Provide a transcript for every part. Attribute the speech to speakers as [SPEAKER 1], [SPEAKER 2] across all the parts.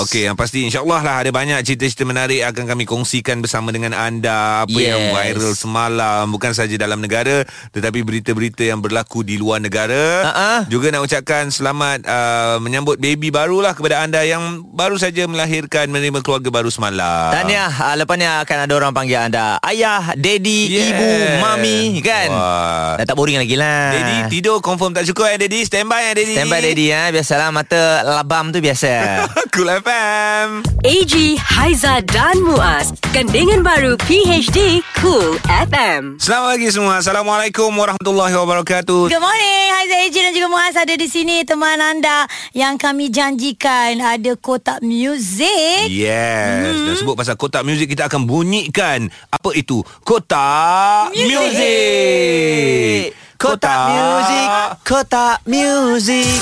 [SPEAKER 1] Okey, yang pasti insyaAllah lah ada banyak cerita-cerita menarik akan kami kongsikan bersama dengan anda. Apa yes. yang
[SPEAKER 2] Yes.
[SPEAKER 1] viral semalam, bukan saja dalam negara tetapi berita-berita yang berlaku di luar negara.
[SPEAKER 2] Ha-ha.
[SPEAKER 1] Juga nak ucapkan selamat uh, menyambut baby barulah kepada anda yang baru saja melahirkan menerima keluarga baru semalam.
[SPEAKER 2] Tahniah uh, Lepas ni akan ada orang panggil anda Ayah, daddy,
[SPEAKER 1] Yeah.
[SPEAKER 2] yeah. ibu, mami Kan
[SPEAKER 1] Wah.
[SPEAKER 2] Dah tak boring lagi lah
[SPEAKER 1] Daddy, tidur confirm tak cukup eh Daddy. Stand by eh Daddy.
[SPEAKER 2] Standby daddy ya. Biasalah mata labam tu biasa
[SPEAKER 1] cool FM.
[SPEAKER 3] AG Haiza dan Muaz, gandingan baru PHD Cool FM.
[SPEAKER 1] Selamat pagi semua. Assalamualaikum warahmatullahi wabarakatuh.
[SPEAKER 4] Good morning Haiza AJ dan juga Muaz ada di sini Teman anda Yang kami janjikan Ada kotak muzik
[SPEAKER 1] Yes mm-hmm. Dan sebut pasal kotak muzik Kita akan bunyikan Apa itu? Kotak muzik
[SPEAKER 2] Kotak
[SPEAKER 1] Ah.
[SPEAKER 2] music Kotak music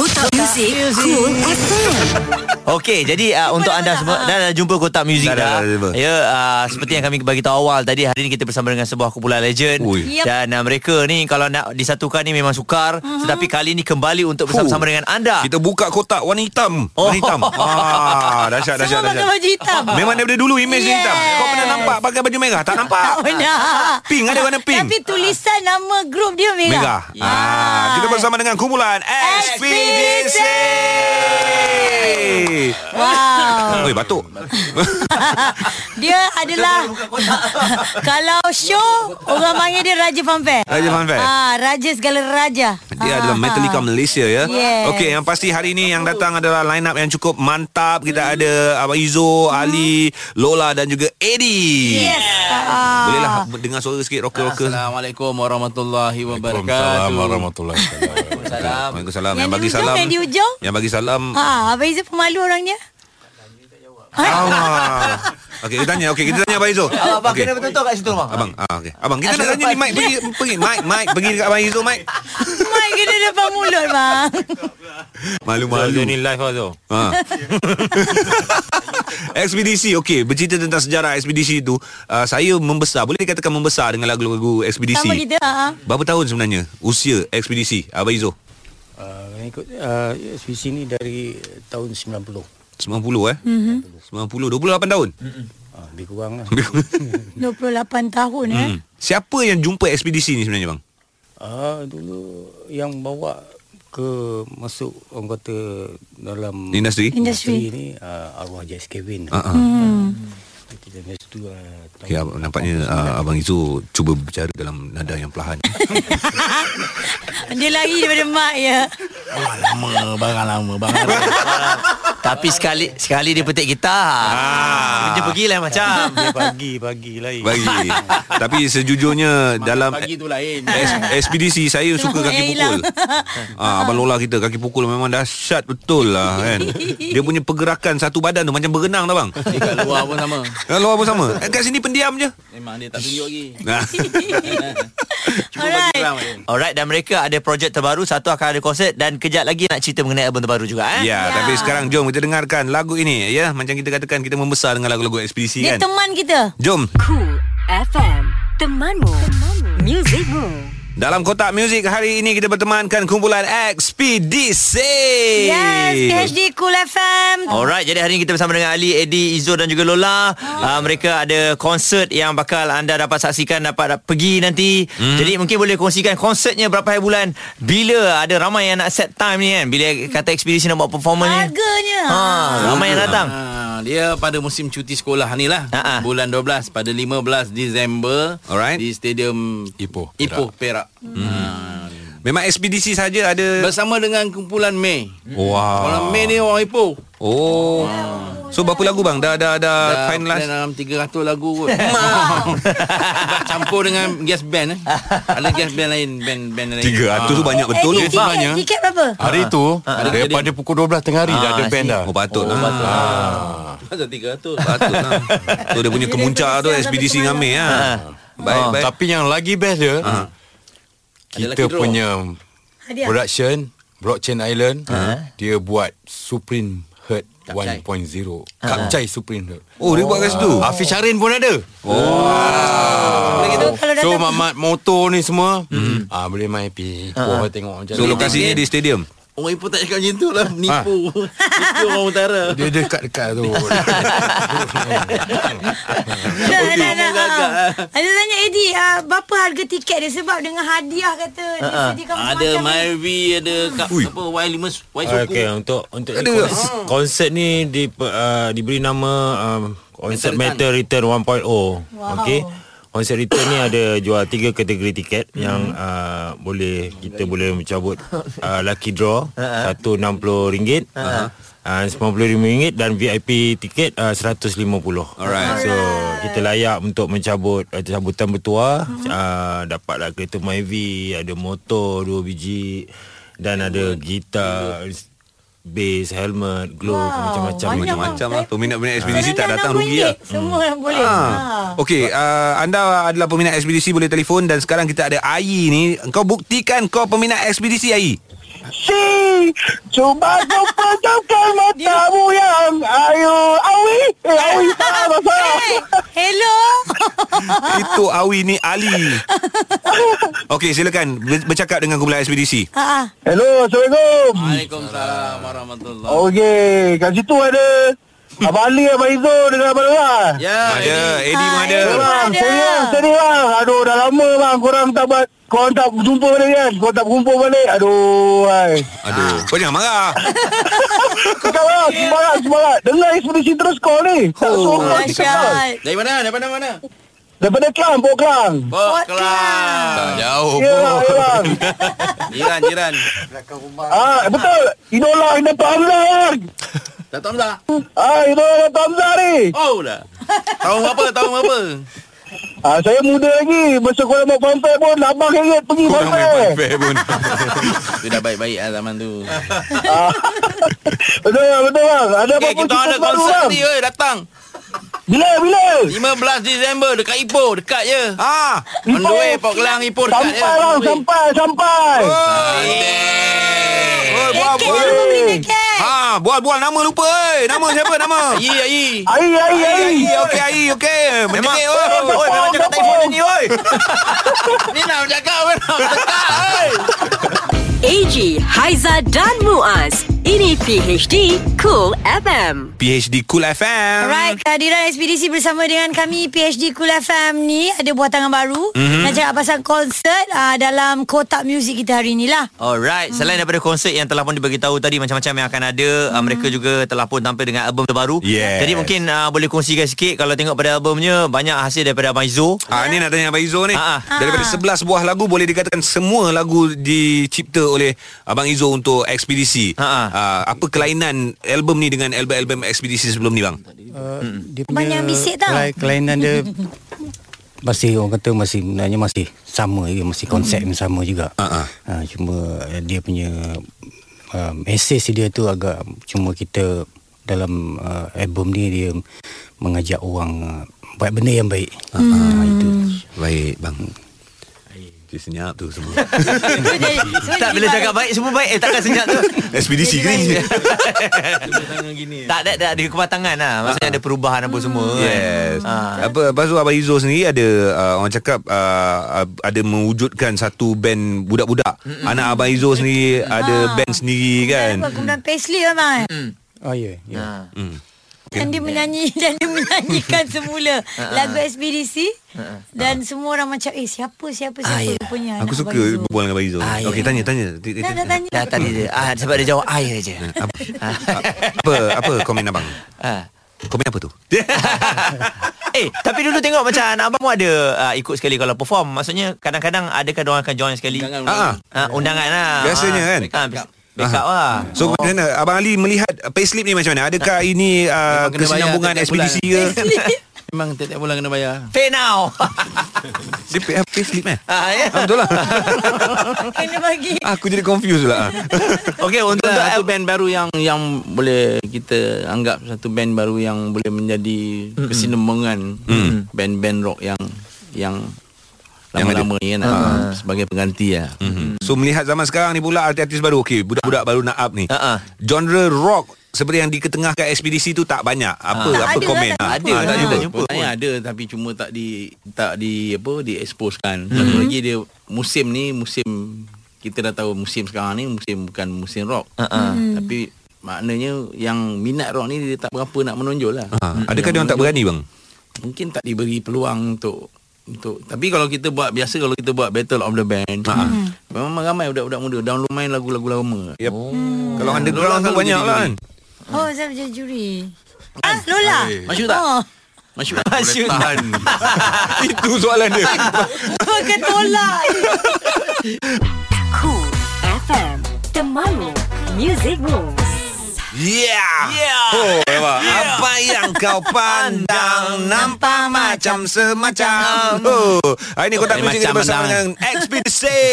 [SPEAKER 3] Kotak Muzik Cool FM.
[SPEAKER 2] Okey, jadi uh, untuk anda semua dah, dah jumpa kotak muzik
[SPEAKER 1] Dah,
[SPEAKER 2] dah.
[SPEAKER 1] dah, dah jumpa.
[SPEAKER 2] Ya, uh, seperti yang kami bagi tahu awal tadi hari ini kita bersama dengan sebuah kumpulan legend
[SPEAKER 1] Ui.
[SPEAKER 4] Yep.
[SPEAKER 2] dan uh, mereka ni kalau nak disatukan ni memang sukar, uh-huh. tetapi kali ni kembali untuk bersama-sama
[SPEAKER 1] Fuh.
[SPEAKER 2] dengan anda.
[SPEAKER 1] Kita buka kotak warna hitam Warna hitam ah, Dahsyat, dahsyat,
[SPEAKER 4] Oh. Semua pakai
[SPEAKER 1] dahsyat
[SPEAKER 4] baju hitam
[SPEAKER 1] Ah, Memang daripada dulu imej yes.
[SPEAKER 4] Yes.
[SPEAKER 1] hitam Kau pernah nampak pakai baju merah? Ah, Tak nampak? Ah,
[SPEAKER 4] Tak benar
[SPEAKER 1] Pink, ada warna pink.
[SPEAKER 4] Tapi tulisan nama grup dia
[SPEAKER 1] Merah
[SPEAKER 4] merah Ya.
[SPEAKER 1] ah. Kita bersama dengan kumpulan SPDC
[SPEAKER 4] Wow
[SPEAKER 1] Oi, batuk
[SPEAKER 4] Dia adalah Kalau show Orang panggil dia Raja Fanfare
[SPEAKER 1] Raja Fanfare.
[SPEAKER 4] ah, Raja segala raja
[SPEAKER 1] Dia adalah Metallica Malaysia ya.
[SPEAKER 4] Yes.
[SPEAKER 1] Okey, yang pasti hari ini yang datang adalah line up yang cukup mantap. Kita ada Abang Izo, Ali, Lola dan juga Eddie.
[SPEAKER 4] Yes ah.
[SPEAKER 1] Bolehlah dengar suara sikit rocker-rocker.
[SPEAKER 5] Assalamualaikum warahmatullahi wabarakatuh.
[SPEAKER 1] warahmatullahi wabarakatuh. Waalaikumsalam.
[SPEAKER 4] Yang di
[SPEAKER 1] Yang bagi
[SPEAKER 4] hujung,
[SPEAKER 1] salam.
[SPEAKER 4] yang di hujung.
[SPEAKER 1] Yang bagi salam.
[SPEAKER 4] Ha, Abang Izzah pemalu orangnya
[SPEAKER 1] Awal. Okey, kita tanya. Okey, kita tanya Abang Izo.
[SPEAKER 2] Abang
[SPEAKER 1] Okey.
[SPEAKER 2] kena betul-betul kat situ bang.
[SPEAKER 1] Abang, ah, okey. Abang, kita nak tanya ni Mike pergi pergi Mike, Mike pergi dekat Abang Izo, Mike.
[SPEAKER 4] Mic kena depan mulut bang
[SPEAKER 1] Malu-malu.
[SPEAKER 5] live lah tu.
[SPEAKER 1] Ha. ekspedisi okey bercerita tentang sejarah ekspedisi itu uh, saya membesar boleh dikatakan membesar dengan lagu-lagu ekspedisi
[SPEAKER 4] Sama kita ha.
[SPEAKER 1] berapa tahun sebenarnya usia ekspedisi abang Izo
[SPEAKER 6] Uh, ikut uh, SPC ni dari tahun 90.
[SPEAKER 1] 90 eh
[SPEAKER 5] Hmm.
[SPEAKER 4] Mhm.
[SPEAKER 1] mm-hmm. 90 28 tahun
[SPEAKER 5] Ah,
[SPEAKER 6] Uh, lebih kurang lah.
[SPEAKER 4] 28 tahun eh
[SPEAKER 1] hmm. siapa yang jumpa ekspedisi ni sebenarnya bang
[SPEAKER 5] Ah,
[SPEAKER 6] uh, dulu yang bawa ke masuk orang kata dalam
[SPEAKER 1] Industri?
[SPEAKER 6] industri ni uh, arwah Jais Kevin.
[SPEAKER 1] Ha, ha.
[SPEAKER 6] Kita masa tu uh, tahun
[SPEAKER 1] Ya, nampaknya uh, Abang Izo cuba berbicara dalam nada yang perlahan.
[SPEAKER 5] Eh,
[SPEAKER 4] Dia lari daripada mak ya
[SPEAKER 5] Barang lama, barang lama, barang lama.
[SPEAKER 2] Tapi sekali sekali dia petik kita. Ah. Dia pergilah macam.
[SPEAKER 6] dia pagi-pagi lain.
[SPEAKER 1] Bagi. Tapi sejujurnya dalam
[SPEAKER 5] Pagi tu lain.
[SPEAKER 1] Es- Ekspedisi saya suka
[SPEAKER 4] Kenapa
[SPEAKER 1] kaki
[SPEAKER 4] yang
[SPEAKER 1] pukul.
[SPEAKER 4] hilang?
[SPEAKER 1] Ah, abang Lola kita kaki pukul memang dahsyat betul lah kan. Dia punya pergerakan satu badan tu macam berenang tau bang.
[SPEAKER 5] Dia kat luar pun sama.
[SPEAKER 1] Eh, Lola pun sama. Eh, Kat sini pendiam je.
[SPEAKER 5] Memang dia tak tunjuk lagi.
[SPEAKER 1] Nah.
[SPEAKER 5] Cuba
[SPEAKER 4] Alright.
[SPEAKER 5] bagi orang lain.
[SPEAKER 2] Alright dan mereka ada projek terbaru Satu akan ada konsert Dan kejap lagi nak cerita mengenai album terbaru juga eh?
[SPEAKER 1] Ya, tapi sekarang jom kita dengarkan lagu ini ya. Macam kita katakan kita membesar dengan lagu-lagu ekspedisi
[SPEAKER 4] Dia
[SPEAKER 1] kan.
[SPEAKER 4] teman kita
[SPEAKER 1] Jom.
[SPEAKER 3] Cool FM, temanmu, muzikmu.
[SPEAKER 1] Dalam kotak muzik hari ini kita bertemankan kumpulan ekspedisi.
[SPEAKER 4] Yes PhD Cool FM
[SPEAKER 2] Alright, jadi hari ini kita bersama dengan Ali, Eddie, Izo dan juga Lola. Uh, mereka ada konsert yang bakal anda dapat saksikan, dapat da- pergi nanti. Hmm. Jadi mungkin boleh kongsikan konsertnya berapa hari bulan. Bila ada ramai yang nak set time ni kan. Bila kata ekspedisi nak buat performance ni.
[SPEAKER 4] Harganya
[SPEAKER 2] Ha, ramai yang datang.
[SPEAKER 5] Ah, dia pada musim cuti sekolah ni lah
[SPEAKER 2] Ha, ha.
[SPEAKER 5] Bulan 12 Pada 15 Disember
[SPEAKER 1] Alright.
[SPEAKER 5] Di stadium
[SPEAKER 1] Ipoh, Perak.
[SPEAKER 5] Ipoh Perak Ah.
[SPEAKER 1] Memang ekspedisi saja ada.
[SPEAKER 5] Bersama dengan kumpulan Mei
[SPEAKER 1] Wah.
[SPEAKER 5] Orang Mei ni orang Ipoh
[SPEAKER 1] Oh. So berapa lagu bang? Dah dah dah,
[SPEAKER 5] Dah
[SPEAKER 1] finalize.
[SPEAKER 5] plan dalam 300 lagu kot Sebab campur dengan gas band eh. Ada gas band lain band band lain. Ah.
[SPEAKER 1] Tiga ratus tu banyak
[SPEAKER 4] Eh
[SPEAKER 1] betul
[SPEAKER 4] ni
[SPEAKER 1] tu
[SPEAKER 4] tiket, tiket berapa?
[SPEAKER 7] Hari tu Ah.
[SPEAKER 1] Ah,
[SPEAKER 7] Daripada pukul 12 tengah hari Dah ada band dah Ah.
[SPEAKER 1] Oh patut lah patut lah,
[SPEAKER 5] Masa 300.
[SPEAKER 1] patut lah. Tu dia punya kemuncak
[SPEAKER 4] Dia
[SPEAKER 1] tu
[SPEAKER 4] dah
[SPEAKER 1] Ekspedisi
[SPEAKER 4] sampai
[SPEAKER 1] Ngameh lah Baik,
[SPEAKER 7] Ah,
[SPEAKER 1] baik. Ah.
[SPEAKER 7] Tapi yang lagi best dia
[SPEAKER 5] Ada
[SPEAKER 7] Kita
[SPEAKER 5] lagi draw.
[SPEAKER 7] punya
[SPEAKER 4] Ah, Hadiah.
[SPEAKER 7] Production Blockchain Island
[SPEAKER 1] Ah.
[SPEAKER 7] Dia buat Supreme Herd
[SPEAKER 5] Kapcai.
[SPEAKER 7] 1.0 Kapcai Supreme Herd
[SPEAKER 1] Ah.
[SPEAKER 7] Ah,
[SPEAKER 1] Oh, dia buat kat situ. Oh. Ah.
[SPEAKER 7] Hafiz Syarin pun ada
[SPEAKER 4] So, kalau
[SPEAKER 7] So
[SPEAKER 4] datang
[SPEAKER 7] mamat motor ni semua ah Boleh main pi Kau tengok macam
[SPEAKER 1] Ah.
[SPEAKER 7] Ha.
[SPEAKER 1] So lokasinya di stadium.
[SPEAKER 5] Ah. Orang Ipoh tak cakap macam tu lah Menipu Itu orang utara
[SPEAKER 7] Dia dekat-dekat tu
[SPEAKER 4] Dah, dah, dah, dah. ha. Ada tanya Edi, ah, berapa harga tiket dia sebab dengan hadiah kata
[SPEAKER 2] Ha,
[SPEAKER 4] dia sediakan
[SPEAKER 5] Ada
[SPEAKER 4] macam-macam.
[SPEAKER 5] Myvi Ada kat, apa Y5 Y Soku
[SPEAKER 8] Okey Ah, untuk untuk ni kons- konsert ni di uh, diberi nama um, konsert Metal
[SPEAKER 5] Metal
[SPEAKER 8] Return 1.0. Okey. Konsert return ni ada jual tiga kategori tiket hmm. yang uh, boleh kita boleh mencabut uh, lucky draw satu RM60 uh-huh. uh, RM95 dan VIP tiket uh, RM150.
[SPEAKER 1] Alright.
[SPEAKER 8] So kita layak untuk mencabut uh, cabutan bertuah hmm. uh, dapatlah kereta Myvi, ada motor dua biji dan ada gitar, bass, helmet, glove
[SPEAKER 4] Wow,
[SPEAKER 8] macam-macam
[SPEAKER 4] banyak
[SPEAKER 1] Macam-macam lah Peminat-peminat ekspedisi
[SPEAKER 4] Orang
[SPEAKER 1] tak
[SPEAKER 4] dah
[SPEAKER 1] datang
[SPEAKER 4] nak
[SPEAKER 1] rugi
[SPEAKER 4] boleh.
[SPEAKER 1] lah
[SPEAKER 4] Semua yang boleh. Ha.
[SPEAKER 1] Ha. Okey, uh, anda adalah peminat ekspedisi boleh telefon dan sekarang kita ada Ai ni. Kau buktikan kau peminat ekspedisi Ai.
[SPEAKER 9] Si Cuma kau pejamkan matamu yang Ayu Awi Eh Awi salah bahasa
[SPEAKER 4] Hey, hello.
[SPEAKER 1] Itu Awi ni Ali. Okey, silakan ber- bercakap dengan kumpulan ekspedisi.
[SPEAKER 4] Ha ah.
[SPEAKER 9] Hello Assalamualaikum
[SPEAKER 5] Waalaikumsalam Warahmatullahi
[SPEAKER 9] Okey Kat situ ada Abang Ali Abang Izo Dengan Abang Lora
[SPEAKER 5] Ya
[SPEAKER 1] Ada Eddie
[SPEAKER 4] Hai.
[SPEAKER 1] pun ada.
[SPEAKER 4] Hello.
[SPEAKER 9] Bang,
[SPEAKER 4] Ah, Ada.
[SPEAKER 9] serius, serius bang. lah, Aduh, dah lama bang. Korang tak buat, korang tak jumpa balik kan? Korang tak berkumpul balik. Aduh, hai.
[SPEAKER 1] Aduh, kau jangan marah.
[SPEAKER 9] Cakap bang, semangat, semangat. Dengar ekspedisi terus call ni. Tak
[SPEAKER 5] Oh,
[SPEAKER 9] suruh call, cakap bang.
[SPEAKER 4] Dahsyat.
[SPEAKER 5] Dari mana? Daripada mana?
[SPEAKER 9] Daripada Kelang, Pok Kelang.
[SPEAKER 5] Bok Kelang
[SPEAKER 7] Tak jauh
[SPEAKER 9] Ya, ya bang.
[SPEAKER 5] Jiran, jiran
[SPEAKER 9] Ah, betul. Idola yang dapat Hamzah bang.
[SPEAKER 5] Datang tak?
[SPEAKER 9] Ah, idola yang dapat Hamzah ni.
[SPEAKER 1] Eh.
[SPEAKER 5] Oh dah Tahun berapa? Tahun berapa?
[SPEAKER 9] Ah, saya muda lagi. Masa korang buat fanfare pun, abang keret pergi fanfare.
[SPEAKER 1] Fair pun.
[SPEAKER 5] Itu dah baik-baik lah zaman tu
[SPEAKER 9] Betul bang, betul bang. Ada apa-apa
[SPEAKER 5] Okay, kita
[SPEAKER 9] cerita
[SPEAKER 5] ada
[SPEAKER 9] baru
[SPEAKER 5] konsert
[SPEAKER 9] bang?
[SPEAKER 5] ni oi, datang
[SPEAKER 9] Bila, bila?
[SPEAKER 5] 15 Disember dekat Ipoh Dekat je
[SPEAKER 1] Ah,
[SPEAKER 5] On the way Pok Kelang Ipoh dekat je
[SPEAKER 9] Sampai bang, sampai, sampai.
[SPEAKER 1] oi, buat
[SPEAKER 4] Tiket
[SPEAKER 1] buat.
[SPEAKER 4] siapa beli tiket?
[SPEAKER 1] Ha, buat buat nama lupa oi. Nama siapa nama?
[SPEAKER 5] Ayi, ayi
[SPEAKER 9] Ai, ai, ai.
[SPEAKER 1] Ai, okey Ai, okey. Memang oi.
[SPEAKER 9] oi, memang cakap telefon
[SPEAKER 1] ni oi.
[SPEAKER 5] Ni nak bercakap apa nak bercakap oi
[SPEAKER 3] AG, Haiza dan Muaz. Ini PHD Cool FM.
[SPEAKER 1] PHD Cool FM.
[SPEAKER 4] Alright, kehadiran ekspedisi bersama dengan kami PhD Cool FM ni ada buat tangan baru.
[SPEAKER 1] Mhm.
[SPEAKER 4] Mm-hmm. Nak cakap pasal konsert uh, dalam kotak muzik kita hari lah. inilah.
[SPEAKER 2] Alright, selain
[SPEAKER 1] Hmm.
[SPEAKER 2] daripada konsert yang telah pun diberitahu tadi macam-macam yang akan ada, uh, mereka juga telah pun tampil dengan album terbaru.
[SPEAKER 1] Yes.
[SPEAKER 2] Jadi mungkin uh, boleh kongsikan sikit kalau tengok pada albumnya banyak hasil daripada Abang Izo.
[SPEAKER 1] Ah ni nak tanya Abang Izo ni.
[SPEAKER 2] Ah, ah.
[SPEAKER 1] Daripada 11 buah lagu boleh dikatakan semua lagu dicipta oleh Abang Izo untuk ekspedisi.
[SPEAKER 2] Ah, ah.
[SPEAKER 1] Ah, apa kelainan album ni dengan album-album ekspedisi sebelum ni bang?
[SPEAKER 6] Uh, dia
[SPEAKER 4] Banyak bisik tau.
[SPEAKER 6] kelai- Kelainan dia masih orang kata masih sebenarnya masih sama juga masih konsep yang sama juga.
[SPEAKER 1] Ha, ha.
[SPEAKER 6] Ha, cuma eh, dia punya uh, message dia tu agak cuma kita dalam uh, album ni dia mengajak orang uh, buat benda yang baik. Ha, ha, itu.
[SPEAKER 1] Baik bang.
[SPEAKER 6] Hmm.
[SPEAKER 1] Dia senyap tu semua.
[SPEAKER 4] Semua jadi- semua
[SPEAKER 2] Tak
[SPEAKER 4] jadi
[SPEAKER 2] bila cakap baik semua baik Eh takkan senyap tu
[SPEAKER 1] ekspedisi ni.
[SPEAKER 2] Tak ada, tak ada kematangan lah Maksudnya ada perubahan apa semua
[SPEAKER 1] Ah. Hmm. Yes.
[SPEAKER 2] kan. Ah.
[SPEAKER 1] Apa lepas tu Abang Izo sendiri ada uh, orang cakap uh, ab- ada mewujudkan satu band budak-budak. Anak Abang Izo sendiri
[SPEAKER 2] Ah.
[SPEAKER 1] ada band sendiri kan.
[SPEAKER 4] Apa, Kemudian Paisley lah Mai
[SPEAKER 6] Oh ya. Yeah, yeah.
[SPEAKER 2] Ah.
[SPEAKER 1] Hmm.
[SPEAKER 4] Dan dia menyanyi Dan dia menyanyikan semula Lagu SBDC
[SPEAKER 2] Ah.
[SPEAKER 4] Dan semua orang macam Eh siapa siapa siapa Rupanya
[SPEAKER 1] Ah. ya. Aku
[SPEAKER 4] anak
[SPEAKER 1] suka
[SPEAKER 4] Abang Izo.
[SPEAKER 1] berbual dengan Abang Izo.
[SPEAKER 2] Ah, ya.
[SPEAKER 1] Okey tanya tanya.
[SPEAKER 4] Dah dah tanya
[SPEAKER 2] Dah tadi dia ah, Sebab dia jawab air je
[SPEAKER 1] Hmm, apa, apa apa komen abang?
[SPEAKER 2] ah.
[SPEAKER 1] Komen apa tu?
[SPEAKER 2] Eh tapi dulu tengok macam Anak abang pun ada ah, Ikut sekali kalau perform Maksudnya kadang-kadang Adakah orang akan join sekali
[SPEAKER 5] Undangan,
[SPEAKER 1] undangan.
[SPEAKER 2] Ah, Undangan lah
[SPEAKER 1] Biasanya kan?
[SPEAKER 2] ah, bis- Backup lah
[SPEAKER 1] So oh. macam mana Abang Ali melihat Payslip ni macam mana Adakah ini uh,
[SPEAKER 5] Memang kena
[SPEAKER 1] Kesinambungan
[SPEAKER 5] bayar setiap
[SPEAKER 1] ekspedisi ke
[SPEAKER 5] Memang tiap-tiap bulan kena bayar
[SPEAKER 2] Pay now
[SPEAKER 1] Dia pay- payslip eh
[SPEAKER 2] ah, ya.
[SPEAKER 1] Ah, Betul lah
[SPEAKER 4] Kena bagi
[SPEAKER 1] Aku jadi confused pula
[SPEAKER 2] Okay untuk, untuk
[SPEAKER 5] Satu band baru yang yang boleh kita anggap satu band
[SPEAKER 1] Mm.
[SPEAKER 5] baru yang boleh menjadi kesinambungan band-band rock yang yang lama-lama ni kan ah, sebagai pengganti lah.
[SPEAKER 1] Mm-hmm. So melihat zaman sekarang ni pula artis-artis baru okey budak-budak baru nak up ni.
[SPEAKER 2] Ha-ha.
[SPEAKER 1] Genre rock seperti yang diketengahkan ekspedisi tu tak banyak. Apa
[SPEAKER 4] Tak
[SPEAKER 1] apa
[SPEAKER 4] ada lah,
[SPEAKER 1] komen?
[SPEAKER 4] tak
[SPEAKER 1] ah?
[SPEAKER 2] jumpa.
[SPEAKER 1] Ah,
[SPEAKER 2] Tak
[SPEAKER 1] tak
[SPEAKER 2] ada.
[SPEAKER 1] jumpa.
[SPEAKER 2] jumpa
[SPEAKER 5] Saya ada tapi cuma tak di tak di apa
[SPEAKER 1] Hmm.
[SPEAKER 5] dieksposkan. Mm-hmm. Satu lagi dia musim ni musim kita dah tahu musim sekarang ni musim bukan musim rock.
[SPEAKER 1] Ah,
[SPEAKER 2] Ha-ha.
[SPEAKER 1] Hmm.
[SPEAKER 5] Mm. Tapi maknanya yang minat rock ni dia tak berapa nak menonjol lah.
[SPEAKER 1] Ha, adakah
[SPEAKER 5] Yang
[SPEAKER 1] dia orang tak
[SPEAKER 5] menonjol,
[SPEAKER 1] berani bang?
[SPEAKER 5] Mungkin tak diberi peluang untuk untuk tapi kalau kita buat biasa kalau kita buat battle of the band
[SPEAKER 1] Ah.
[SPEAKER 5] mm. memang ramai budak-budak muda download main lagu-lagu lama.
[SPEAKER 1] Yep. Kalau underground
[SPEAKER 5] Lola
[SPEAKER 1] tu
[SPEAKER 5] selalu
[SPEAKER 1] banyak
[SPEAKER 5] jadi
[SPEAKER 1] lah
[SPEAKER 5] juri.
[SPEAKER 1] kan.
[SPEAKER 4] Oh, saya jadi juri. Ah, Lola.
[SPEAKER 1] Eh,
[SPEAKER 5] Masuk tak?
[SPEAKER 4] Oh,
[SPEAKER 5] Masuk tak?
[SPEAKER 2] Asyik
[SPEAKER 7] Tahan
[SPEAKER 1] Itu soalan dia.
[SPEAKER 4] kau tolak.
[SPEAKER 3] Cool FM Temanmu Music Rules
[SPEAKER 1] Yeah. yeah. Oh, nampak. Apa yang kau pandang nampak macam semacam. Oh, hari ni kau tak
[SPEAKER 5] Macam
[SPEAKER 1] mesti kita bersama
[SPEAKER 5] pandang.
[SPEAKER 1] dengan Ekspedisi.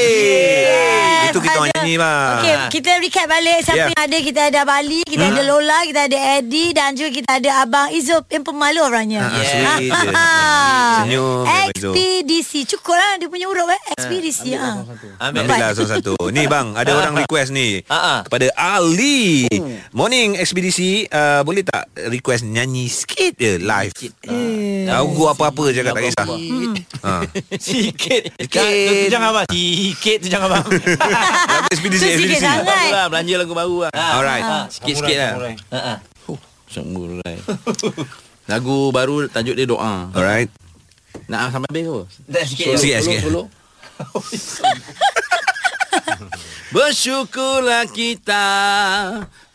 [SPEAKER 1] Itu kita
[SPEAKER 4] Eh,
[SPEAKER 1] orang
[SPEAKER 4] ada.
[SPEAKER 1] nyanyi lah. bang.
[SPEAKER 4] Okey, kita recap balik siapa
[SPEAKER 1] Yeah.
[SPEAKER 4] yeah. yang ada. Kita ada Bali, kita hmm. ada Lola, kita ada Eddie dan juga kita ada Abang Izub yang pemalu orangnya.
[SPEAKER 1] Ah,
[SPEAKER 2] Yeah.
[SPEAKER 1] sweet je. Senyum, Abang Izub.
[SPEAKER 4] Ekspedisi. Cukup lah dia punya huruf eh. Ekspedisi. Ah.
[SPEAKER 2] Ambil
[SPEAKER 1] Ambil lah satu-satu Ni bang Ada orang request ni
[SPEAKER 2] Ah, ah.
[SPEAKER 1] Kepada Ali
[SPEAKER 4] Hmm.
[SPEAKER 1] Morning ekspedisi uh, Boleh tak request nyanyi sikit je live Lagu apa-apa cakap tak kisah ha.
[SPEAKER 2] Sikit
[SPEAKER 1] Sikit.
[SPEAKER 2] Itu jangan abang Sikit tu jangan abang
[SPEAKER 1] Lagu ekspedisi
[SPEAKER 4] Tu sikit
[SPEAKER 1] ekspedisi
[SPEAKER 4] sangat.
[SPEAKER 5] Baru lah belanja lagu baru lah.
[SPEAKER 1] Alright
[SPEAKER 5] Sikit-sikit lah. Samurai. Lagu baru tajuk dia doa.
[SPEAKER 1] Alright
[SPEAKER 5] Nak ah, sampai habis ke?
[SPEAKER 2] Dah sikit
[SPEAKER 1] Sikit lah, sikit.
[SPEAKER 5] Solo, solo. Bersyukurlah kita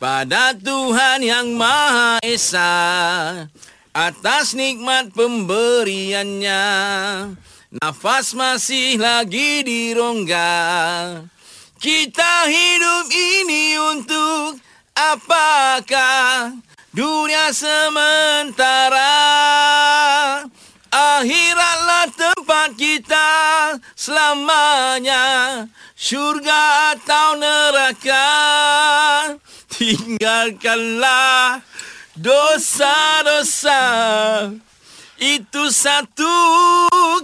[SPEAKER 5] pada Tuhan yang Maha Esa atas nikmat pemberiannya. Nafas masih lagi di rongga. Kita hidup ini untuk apakah? Dunia sementara. Akhiratlah tempat kita selamanya Syurga atau neraka Tinggalkanlah dosa-dosa Itu satu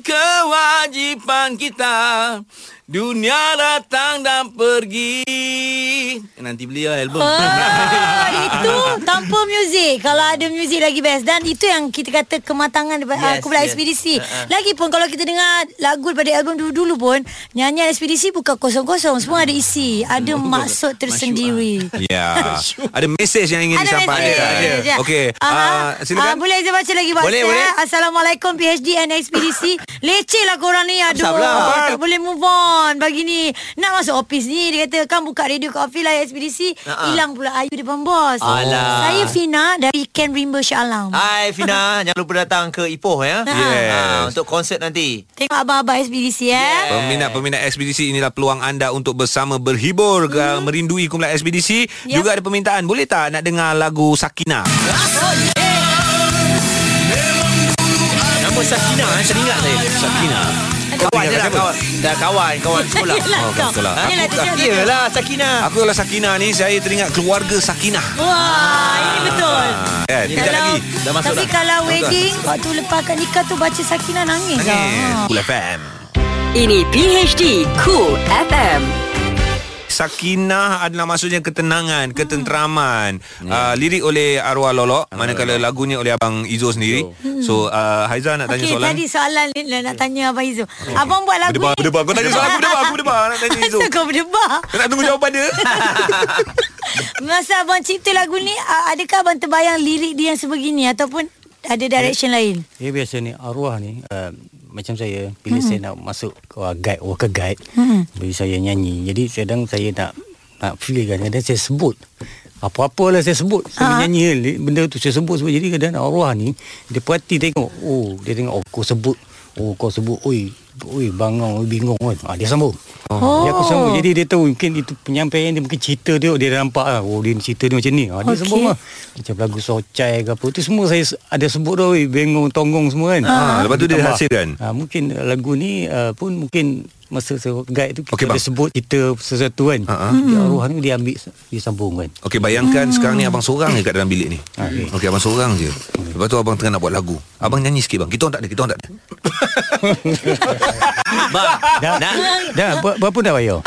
[SPEAKER 5] kewajipan kita Dunia datang dan pergi Nanti beli lah album
[SPEAKER 4] Ah, itu tanpa muzik. Kalau ada muzik lagi best dan itu yang kita kata kematangan daripada yes,
[SPEAKER 2] Yes,
[SPEAKER 4] kumpulan
[SPEAKER 2] yes.
[SPEAKER 4] yes. ekspedisi. Uh-huh. Lagipun kalau kita dengar lagu daripada album dulu-dulu pun nyanyian ekspedisi bukan kosong-kosong, semua ada isi, ada maksud tersendiri.
[SPEAKER 1] Ya Ada mesej yang ingin disampaikan
[SPEAKER 4] message.
[SPEAKER 1] Okey
[SPEAKER 4] Aha.
[SPEAKER 1] uh, Silakan
[SPEAKER 4] Ah, boleh saya baca lagi WhatsApp.
[SPEAKER 1] Boleh, boleh.
[SPEAKER 4] Assalamualaikum PhD and ekspedisi. Leceh lah korang ni. Aduh.
[SPEAKER 1] Sabarlah.
[SPEAKER 4] Tak boleh move on pagi ni. Nak masuk office ni. Dia kata, kan buka radio kat office lah ekspedisi. Hilang pula Ayu depan bos.
[SPEAKER 2] Alah.
[SPEAKER 4] Saya Fina dari Ken Rimba Shah Alam.
[SPEAKER 2] Hai Fina Jangan lupa datang ke Ipoh ya
[SPEAKER 1] Yes.
[SPEAKER 2] Ah, Untuk konsert nanti
[SPEAKER 4] Tengok abang-abang ekspedisi eh.
[SPEAKER 1] Peminat-peminat ekspedisi inilah peluang anda untuk bersama berhibur hmm. merindui kumpulan ekspedisi.
[SPEAKER 4] Ya.
[SPEAKER 1] Juga ada permintaan, boleh tak nak dengar lagu Sakina?
[SPEAKER 2] Nama Sakina eh, Teringat saya Sakina Kawan je lah kawan Dah kawan Kawan sekolah
[SPEAKER 4] Yelah
[SPEAKER 1] Oh,
[SPEAKER 4] kau.
[SPEAKER 1] betul lah.
[SPEAKER 4] Yelah, tu dia, tu dia.
[SPEAKER 2] Yelah Sakina
[SPEAKER 1] Aku kalau Sakina ni saya teringat keluarga Sakina.
[SPEAKER 4] Wah, ini betul.
[SPEAKER 1] Ah, kan? Kejap
[SPEAKER 4] Kalau,
[SPEAKER 1] lagi.
[SPEAKER 4] tapi kalau wedding Waktu lepas kat nikah tu Baca Sakina nangis,
[SPEAKER 1] Nangis.
[SPEAKER 4] lah.
[SPEAKER 1] Cool FM.
[SPEAKER 3] Ini PHD Cool FM
[SPEAKER 1] Sakinah adalah maksudnya
[SPEAKER 4] Hmm.
[SPEAKER 1] ketenangan, ketenteraman.
[SPEAKER 2] Ya.
[SPEAKER 1] Uh, lirik oleh Arwah Lolok, manakala lagunya oleh abang Izo sendiri. So uh, Haiza nak tanya
[SPEAKER 4] Hmm. Okey,
[SPEAKER 1] soalan. Oh.
[SPEAKER 4] tadi soalan ni lah nak tanya Abang Izzul. Abang buat lagu
[SPEAKER 1] Berdebar,
[SPEAKER 4] ni.
[SPEAKER 1] berdebar. Kau tanya soalan aku berdebar, aku berdebar. Nak tanya Izo.
[SPEAKER 4] Masa kau berdebar.
[SPEAKER 1] Kau nak tunggu jawapan dia?
[SPEAKER 4] Masa abang cipta lagu ni, a- adakah abang terbayang lirik dia yang sebegini ataupun ada direction lain?
[SPEAKER 1] Eh,
[SPEAKER 6] Dia biasa ni arwah ni uh, macam saya bila hmm. saya nak masuk uh, guide worker guide hmm. bila saya nyanyi. Jadi kadang saya nak nak feel kan kadang saya sebut apa-apalah saya sebut saya ha. nyanyi li- benda tu saya sebut sebut jadi kadang arwah ni dia perhati tengok oh dia tengok oh kau sebut oh kau sebut oi oi bangang oi bingung kan ha, dia sambung oh. dia aku sambung jadi dia tahu mungkin itu penyampaian dia mungkin cerita dia dia dah nampak lah oh dia cerita dia macam ni ha, dia
[SPEAKER 4] Okey.
[SPEAKER 6] okay. sambung lah macam lagu Socai ke apa tu semua saya s- ada sebut dah weh bengong tonggong semua kan.
[SPEAKER 1] Ah, lepas tu dia
[SPEAKER 6] Tambah.
[SPEAKER 1] hasilkan.
[SPEAKER 6] Ah, mungkin uh, lagu ni uh, pun mungkin masa saya guide tu kita
[SPEAKER 1] Okey,
[SPEAKER 6] okay,
[SPEAKER 1] bang.
[SPEAKER 6] ada sebut kita sesuatu kan.
[SPEAKER 1] Ah, ah.
[SPEAKER 6] Uh-huh. Dia arwah ni dia ambil dia sambung kan.
[SPEAKER 1] Okey bayangkan hmm. sekarang ni abang seorang je kat dalam bilik ni.
[SPEAKER 6] Ah, okey.
[SPEAKER 1] Okey abang seorang je. Lepas tu abang tengah nak buat lagu. Abang nyanyi sikit bang. Kita orang tak ada, kita orang tak ada.
[SPEAKER 2] Ah. Bang Dah Dah
[SPEAKER 6] Dah, ber- berapa dah bayar?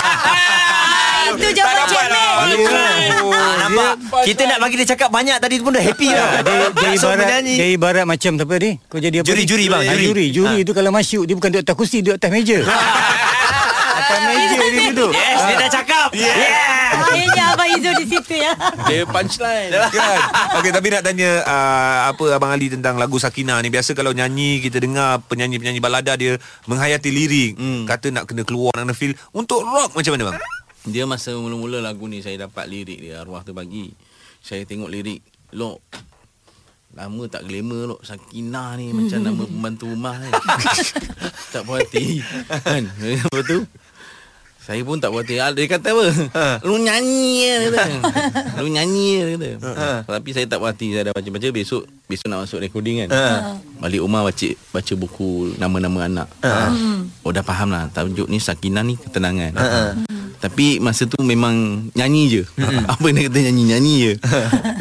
[SPEAKER 4] Ah, itu jawapan cikmin.
[SPEAKER 2] Ah, lah. nampak Ya, Kita nak bagi dia cakap banyak Tadi pun dah happy dah
[SPEAKER 6] Dia, dia
[SPEAKER 2] So,
[SPEAKER 6] ibarat
[SPEAKER 2] menyanyi.
[SPEAKER 6] Dia ibarat macam apa ni Kau jadi apa
[SPEAKER 2] Juri,
[SPEAKER 6] ni?
[SPEAKER 2] juri, bang,
[SPEAKER 6] Ah,
[SPEAKER 2] juri. Ah.
[SPEAKER 6] Juri Juri tu kalau masuk Dia bukan duduk atas kursi Duduk atas meja Atas meja dia duduk
[SPEAKER 2] Yes dia dah cakap Yeah,
[SPEAKER 4] Akhirnya Eh, Abang Izo di situ ya.
[SPEAKER 5] Dia punchline
[SPEAKER 1] Kan? Okey tapi nak tanya uh, apa abang Ali tentang lagu Sakina ni. Biasa kalau nyanyi kita dengar penyanyi-penyanyi balada dia menghayati lirik, kata nak kena keluar nak kena feel. Untuk rock macam mana bang?
[SPEAKER 5] Dia masa mula-mula lagu ni Saya dapat lirik dia Arwah tu bagi Saya tengok lirik Lok Lama tak glamour lok Sakinah ni Macam nama pembantu rumah ni Tak puas hati Kan Lepas tu Saya pun tak puas hati Ah, Dia kata apa Lu nyanyi lah, dia kata Lu nyanyi lah, dia kata Tapi saya tak puas hati Saya dah baca-baca Besok Besok nak masuk recording kan
[SPEAKER 9] Ha.
[SPEAKER 1] Ah.
[SPEAKER 5] Balik rumah baca Baca buku Nama-nama anak
[SPEAKER 6] Ah. Ha.
[SPEAKER 2] Hmm.
[SPEAKER 5] Oh dah faham lah Tajuk ni Sakinah ni Ketenangan
[SPEAKER 1] Ha,
[SPEAKER 5] Tapi masa tu memang nyanyi je
[SPEAKER 1] Hmm.
[SPEAKER 5] Apa yang dia kata nyanyi Nyanyi je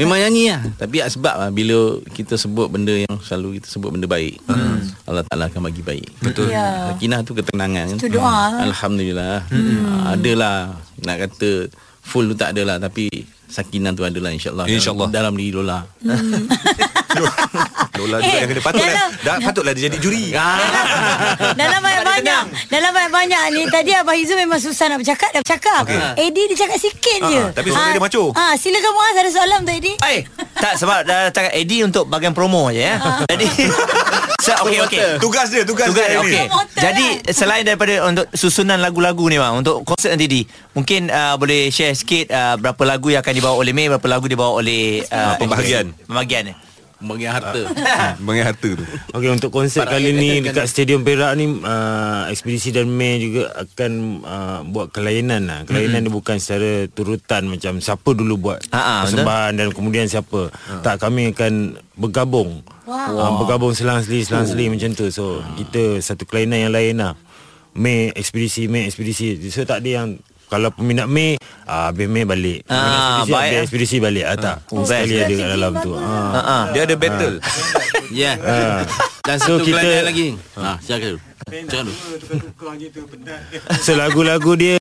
[SPEAKER 5] Memang nyanyi lah Tapi sebab lah Bila kita sebut benda yang Selalu kita sebut benda baik
[SPEAKER 1] Hmm.
[SPEAKER 5] Allah Ta'ala akan bagi baik Betul
[SPEAKER 4] Ya.
[SPEAKER 5] Sakinah tu ketenangan kan
[SPEAKER 4] Itu doa lah.
[SPEAKER 5] Alhamdulillah
[SPEAKER 1] Hmm.
[SPEAKER 5] ah, Adalah Nak kata Full tu tak adalah Tapi Sakinah tu adalah insyaAllah
[SPEAKER 1] InsyaAllah.
[SPEAKER 5] Dalam, dalam diri Lola
[SPEAKER 4] Hmm.
[SPEAKER 1] Lola juga
[SPEAKER 4] Eh,
[SPEAKER 1] yang kena patutlah.
[SPEAKER 4] Lola.
[SPEAKER 1] Dah patutlah dia jadi juri.
[SPEAKER 4] Dalam banyak-banyak Dalam banyak-banyak ni Tadi Abang Izu memang susah nak bercakap Dah bercakap okay. Eddie dia cakap sikit
[SPEAKER 1] Ah,
[SPEAKER 4] je
[SPEAKER 1] tapi suara
[SPEAKER 4] Ah,
[SPEAKER 1] dia macho.
[SPEAKER 4] ah, Silakan Muaz ada soalan untuk Eddie
[SPEAKER 2] Eh, tak sebab dah cakap Eddie untuk bagian promo je ya. Jadi so, okey okey.
[SPEAKER 1] Tugas dia, tugas,
[SPEAKER 2] Tugas dia
[SPEAKER 1] dia ni.
[SPEAKER 2] okey.
[SPEAKER 4] Promoter
[SPEAKER 2] Jadi selain daripada untuk susunan lagu-lagu ni bang untuk konsert nanti di mungkin uh, boleh share sikit uh, berapa lagu yang akan dibawa oleh May, berapa lagu dibawa oleh uh,
[SPEAKER 1] Ah, pembahagian.
[SPEAKER 2] Pembahagian. eh.
[SPEAKER 5] Bagi harta
[SPEAKER 1] Mengenai harta tu. kan,
[SPEAKER 8] Okey untuk konsert
[SPEAKER 5] Para
[SPEAKER 8] kali
[SPEAKER 5] yang
[SPEAKER 8] ni
[SPEAKER 5] katakan-
[SPEAKER 8] dekat Stadium Perak ni uh, ekspedisi dan May juga akan uh, buat kelainan lah. Kelainan mm-hmm. dia bukan secara turutan macam siapa dulu buat
[SPEAKER 2] Ha, ha,
[SPEAKER 8] persembahan dan kemudian siapa.
[SPEAKER 1] Ha.
[SPEAKER 8] Tak kami akan bergabung. Wow. Uh,
[SPEAKER 2] Ah,
[SPEAKER 8] bergabung selang-seli
[SPEAKER 6] Oh.
[SPEAKER 8] selang-seli macam tu. So kita satu kelainan yang lain lah. May ekspedisi May ekspedisi. So tak ada yang kalau peminat May ah, Habis May balik Peminat
[SPEAKER 2] Ah,
[SPEAKER 8] ekspedisi,
[SPEAKER 2] baik,
[SPEAKER 8] Habis
[SPEAKER 1] lah.
[SPEAKER 2] eh.
[SPEAKER 8] ekspedisi balik ah, Tak
[SPEAKER 2] Oh,
[SPEAKER 8] Sekali
[SPEAKER 2] best.
[SPEAKER 8] ada kat dalam tu ah.
[SPEAKER 2] Ha ah.
[SPEAKER 1] Dia ada battle.
[SPEAKER 5] Ya yeah.
[SPEAKER 8] Ah.
[SPEAKER 5] Dan
[SPEAKER 8] So,
[SPEAKER 5] satu
[SPEAKER 8] kita-
[SPEAKER 5] kelainan lagi
[SPEAKER 1] Ah.
[SPEAKER 5] ha, Silakan dulu Silakan dulu
[SPEAKER 8] So lagu-lagu dia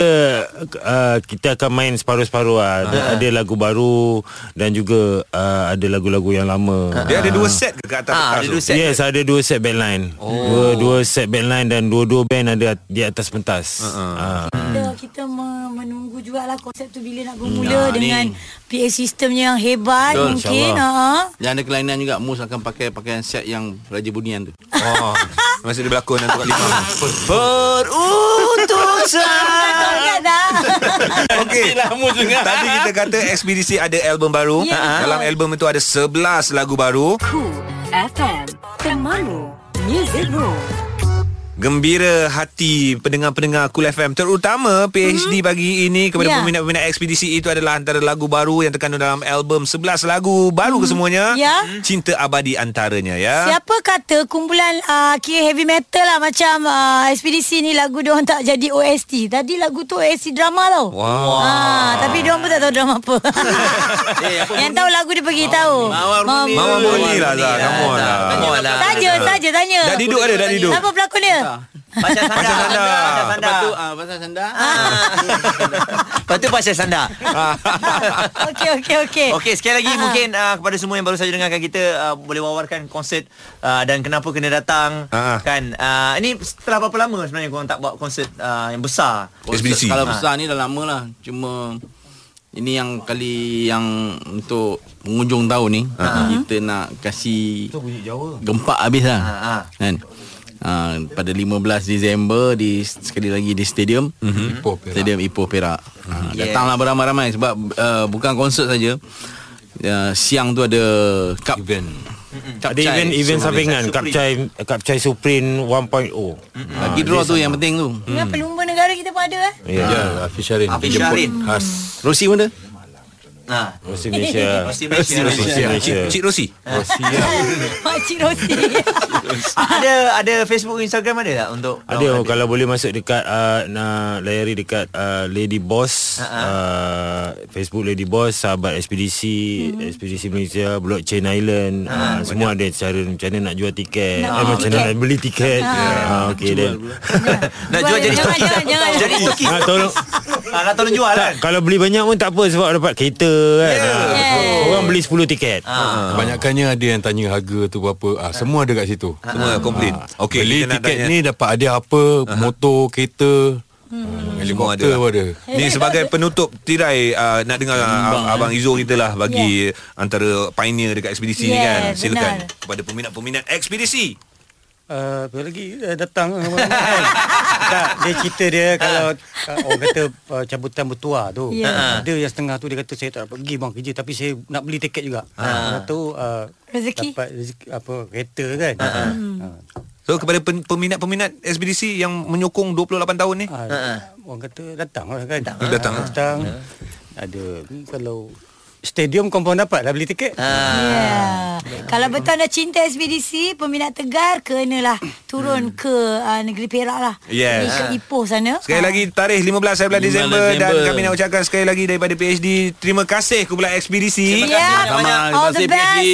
[SPEAKER 8] uh, Kita akan main separuh-separuh lah. ada,
[SPEAKER 1] Ah.
[SPEAKER 8] ada lagu baru Dan juga uh, Ada lagu-lagu yang lama
[SPEAKER 1] Dia ada dua set ke kat atas
[SPEAKER 2] Ah,
[SPEAKER 1] pentas
[SPEAKER 2] dia
[SPEAKER 1] tu?
[SPEAKER 2] dua set.
[SPEAKER 8] Yes ada dua set bandline oh. Dua dua set bandline Dan dua-dua band ada at- di atas pentas
[SPEAKER 1] Ah,
[SPEAKER 8] uh-uh. uh.
[SPEAKER 4] Kita, kita me- menunggu jugalah konsep tu bila nak bermula
[SPEAKER 5] Nah,
[SPEAKER 4] dengan
[SPEAKER 5] ni.
[SPEAKER 4] PA system yang hebat
[SPEAKER 5] Betul,
[SPEAKER 4] mungkin. Ha.
[SPEAKER 5] Dan ada kelainan juga Mus akan pakai pakaian set yang Raja Bunian tu
[SPEAKER 1] Oh, masa dia berlakon dalam Tukar Lima.
[SPEAKER 2] Berutusan.
[SPEAKER 4] Betul kan tak?
[SPEAKER 1] Okey. Tadi kita kata ekspedisi ada album baru.
[SPEAKER 4] Ya.
[SPEAKER 1] Dalam album itu ada 11 lagu baru.
[SPEAKER 3] Cool FM Temanmu Music Room
[SPEAKER 1] Gembira hati pendengar-pendengar Cool FM Terutama PhD hmm. pagi ini Kepada
[SPEAKER 4] Ya.
[SPEAKER 1] peminat-peminat ekspedisi Itu adalah antara lagu baru Yang terkandung dalam album 11 lagu baru hmm. kesemuanya
[SPEAKER 4] Ya.
[SPEAKER 1] Cinta abadi antaranya ya
[SPEAKER 4] Siapa kata kumpulan uh, kira heavy metal lah macam uh, ekspedisi ni lagu diorang tak jadi OST. Tadi lagu tu OST drama tau.
[SPEAKER 1] Wow.
[SPEAKER 4] Ha, tapi diorang pun tak tahu drama apa. Yang tahu lagu dia pergi tahu.
[SPEAKER 5] Mawar Muni.
[SPEAKER 1] Mawar Muni lah Zah Come on
[SPEAKER 5] Mawar
[SPEAKER 1] lah
[SPEAKER 5] Muni lah.
[SPEAKER 2] Come on lah.
[SPEAKER 4] Saja, saja tanya.
[SPEAKER 1] Dah duduk ada Dah duduk
[SPEAKER 4] Apa pelakon dia?
[SPEAKER 2] Pasal sanda.
[SPEAKER 1] Pasal sandar.
[SPEAKER 5] Lepas tu ah, Pasal sandar
[SPEAKER 2] Lepas tu pasal sanda.
[SPEAKER 4] Okey, okey, okey.
[SPEAKER 2] Okey, sekali lagi
[SPEAKER 4] Ah.
[SPEAKER 2] mungkin uh, kepada semua yang baru saja dengarkan kita uh, boleh wawarkan konsert uh, dan kenapa kena datang
[SPEAKER 1] Ah.
[SPEAKER 2] kan. Uh, ini setelah berapa lama sebenarnya korang tak buat konsert uh, yang besar?
[SPEAKER 1] Ekspedisi.
[SPEAKER 5] Kalau
[SPEAKER 1] Ha.
[SPEAKER 5] besar ni dah lama lah Cuma Ini yang kali Yang untuk Pengunjung tahun ni
[SPEAKER 1] Ah.
[SPEAKER 5] Kita nak kasih Gempak habis lah
[SPEAKER 2] Ha, ha.
[SPEAKER 5] Kan Ah, pada 15 Disember di sekali lagi di stadium
[SPEAKER 8] Mhm.
[SPEAKER 7] Ipoh Perak.
[SPEAKER 5] stadium Ipoh Perak Ah,
[SPEAKER 2] Yes.
[SPEAKER 5] datanglah beramai-ramai sebab uh, bukan konsert saja uh, siang tu ada cup
[SPEAKER 7] Event.
[SPEAKER 8] Ada
[SPEAKER 5] cup chai.
[SPEAKER 8] event event
[SPEAKER 5] So,
[SPEAKER 8] sampingan Kapcai Kapcai Suprin 1.0 Ah,
[SPEAKER 5] Lagi draw tu yang penting tu
[SPEAKER 4] Ya,
[SPEAKER 1] Hmm.
[SPEAKER 8] Ya.
[SPEAKER 4] pelumba negara kita pun ada eh.
[SPEAKER 7] Ya, Hafiz Syarin.
[SPEAKER 2] Hafiz
[SPEAKER 7] Dijemput
[SPEAKER 2] Syarin.
[SPEAKER 7] Khas.
[SPEAKER 5] Rosi pun ada
[SPEAKER 2] Ha.
[SPEAKER 8] Rosi Malaysia
[SPEAKER 2] Rosi Malaysia.
[SPEAKER 8] Rosi Malaysia
[SPEAKER 1] Cik, Cik Rosi
[SPEAKER 2] Ah.
[SPEAKER 4] Makcik Rosi
[SPEAKER 2] ada ada Facebook Instagram ada tak untuk
[SPEAKER 8] ada oh, kalau boleh masuk dekat uh, nak layari dekat uh, Lady Boss
[SPEAKER 2] Ha-ha.
[SPEAKER 8] uh, Facebook Lady Boss sahabat ekspedisi ekspedisi Malaysia Blockchain Island uh, semua ada cara macam mana nak jual tiket
[SPEAKER 4] Nak
[SPEAKER 8] eh,
[SPEAKER 4] beli
[SPEAKER 8] macam
[SPEAKER 4] tiket.
[SPEAKER 8] mana nak beli tiket ah okey then
[SPEAKER 2] Nak jual jadi
[SPEAKER 4] Jangan,
[SPEAKER 2] toki
[SPEAKER 4] jangan, jangan.
[SPEAKER 2] Jadi toki
[SPEAKER 8] Ah, tolong
[SPEAKER 2] Ah, Nak tolong jual
[SPEAKER 8] tak,
[SPEAKER 2] kan
[SPEAKER 8] kalau beli banyak pun tak apa sebab dapat kereta kan. Yeah.
[SPEAKER 4] Yeah.
[SPEAKER 8] Orang beli 10 tiket.
[SPEAKER 7] Kebanyakannya ada yang tanya harga tu berapa. Ah semua ada kat situ.
[SPEAKER 1] Semua komplain
[SPEAKER 7] Ah,
[SPEAKER 1] Okey kita
[SPEAKER 7] Beli
[SPEAKER 1] nak
[SPEAKER 7] tiket
[SPEAKER 1] tanya.
[SPEAKER 7] ni dapat ada apa? Motor, kereta, hmm.
[SPEAKER 1] Semua
[SPEAKER 7] helikopter
[SPEAKER 1] ada.
[SPEAKER 7] pun ada.
[SPEAKER 1] Ni sebagai penutup tirai uh, Nak dengar uh, Abang Izo kita lah Bagi antara pioneer dekat ekspedisi ni
[SPEAKER 4] Yeah,
[SPEAKER 1] kan Silakan
[SPEAKER 4] Ya. benar.
[SPEAKER 1] Kepada peminat-peminat ekspedisi
[SPEAKER 6] Uh, apa lagi uh, datang eh, orang- kan? tak dia cerita dia kalau uh, orang kata uh, cabutan bertuah tu Ha.
[SPEAKER 2] Ya.
[SPEAKER 6] ada yang setengah tu dia kata saya tak dapat pergi bang kerja tapi saya nak beli tiket juga
[SPEAKER 2] Ha.
[SPEAKER 6] ha. tu uh,
[SPEAKER 4] Rezeki.
[SPEAKER 6] dapat rezeki apa kereta kan ha.
[SPEAKER 4] Mhm.
[SPEAKER 6] Ha.
[SPEAKER 4] Hmm.
[SPEAKER 1] So kepada pen- peminat-peminat ekspedisi Yang menyokong 28 tahun ni
[SPEAKER 6] Ha. orang kata datang lah kan datang
[SPEAKER 1] Datang. ha. Ya.
[SPEAKER 6] datang ada ni kalau stadium kompon dapat lah beli tiket
[SPEAKER 4] Ya. Kalau betul anda cinta ekspedisi, peminat tegar kenalah turun ke uh, negeri Perak lah.
[SPEAKER 1] Yes.
[SPEAKER 4] Pergi Ke Ipoh sana.
[SPEAKER 1] Sekali
[SPEAKER 4] Ah.
[SPEAKER 1] lagi tarikh 15 hari bulan
[SPEAKER 5] 15
[SPEAKER 1] Disember Dan
[SPEAKER 5] Disember.
[SPEAKER 1] kami nak ucapkan sekali lagi Daripada PhD Terima kasih kepada ekspedisi
[SPEAKER 4] Terima kasih
[SPEAKER 5] Sama
[SPEAKER 4] banyak-banyak.
[SPEAKER 5] terima
[SPEAKER 4] Ya, All
[SPEAKER 5] kasih
[SPEAKER 4] the best.
[SPEAKER 5] PhD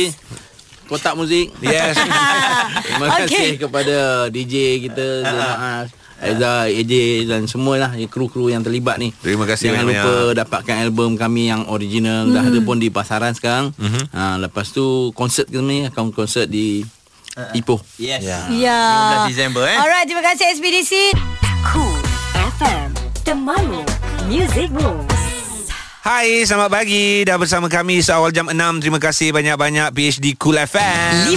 [SPEAKER 5] Kotak muzik
[SPEAKER 1] Yes
[SPEAKER 5] Terima
[SPEAKER 4] Okey.
[SPEAKER 5] okay. kasih kepada DJ kita
[SPEAKER 1] Ha,
[SPEAKER 5] Zainal Aizah, AJ dan semualah yang kru-kru yang terlibat ni.
[SPEAKER 1] Terima kasih
[SPEAKER 5] Jangan
[SPEAKER 1] banyak-banyak.
[SPEAKER 5] lupa dapatkan album kami yang original mm. dah ada
[SPEAKER 2] Hmm.
[SPEAKER 5] pun di pasaran sekarang. Mm-hmm.
[SPEAKER 1] Mhm.
[SPEAKER 5] Ha, lepas tu konsert kami akan konsert di Ipoh.
[SPEAKER 2] Ha, Yes
[SPEAKER 4] Ya.
[SPEAKER 2] 15 Disember eh
[SPEAKER 4] Alright, terima kasih ekspedisi.
[SPEAKER 3] Cool FM Temanmu Music Rules
[SPEAKER 1] Hai selamat pagi Dah bersama kami Seawal jam 6 Terima kasih banyak-banyak PhD Cool FM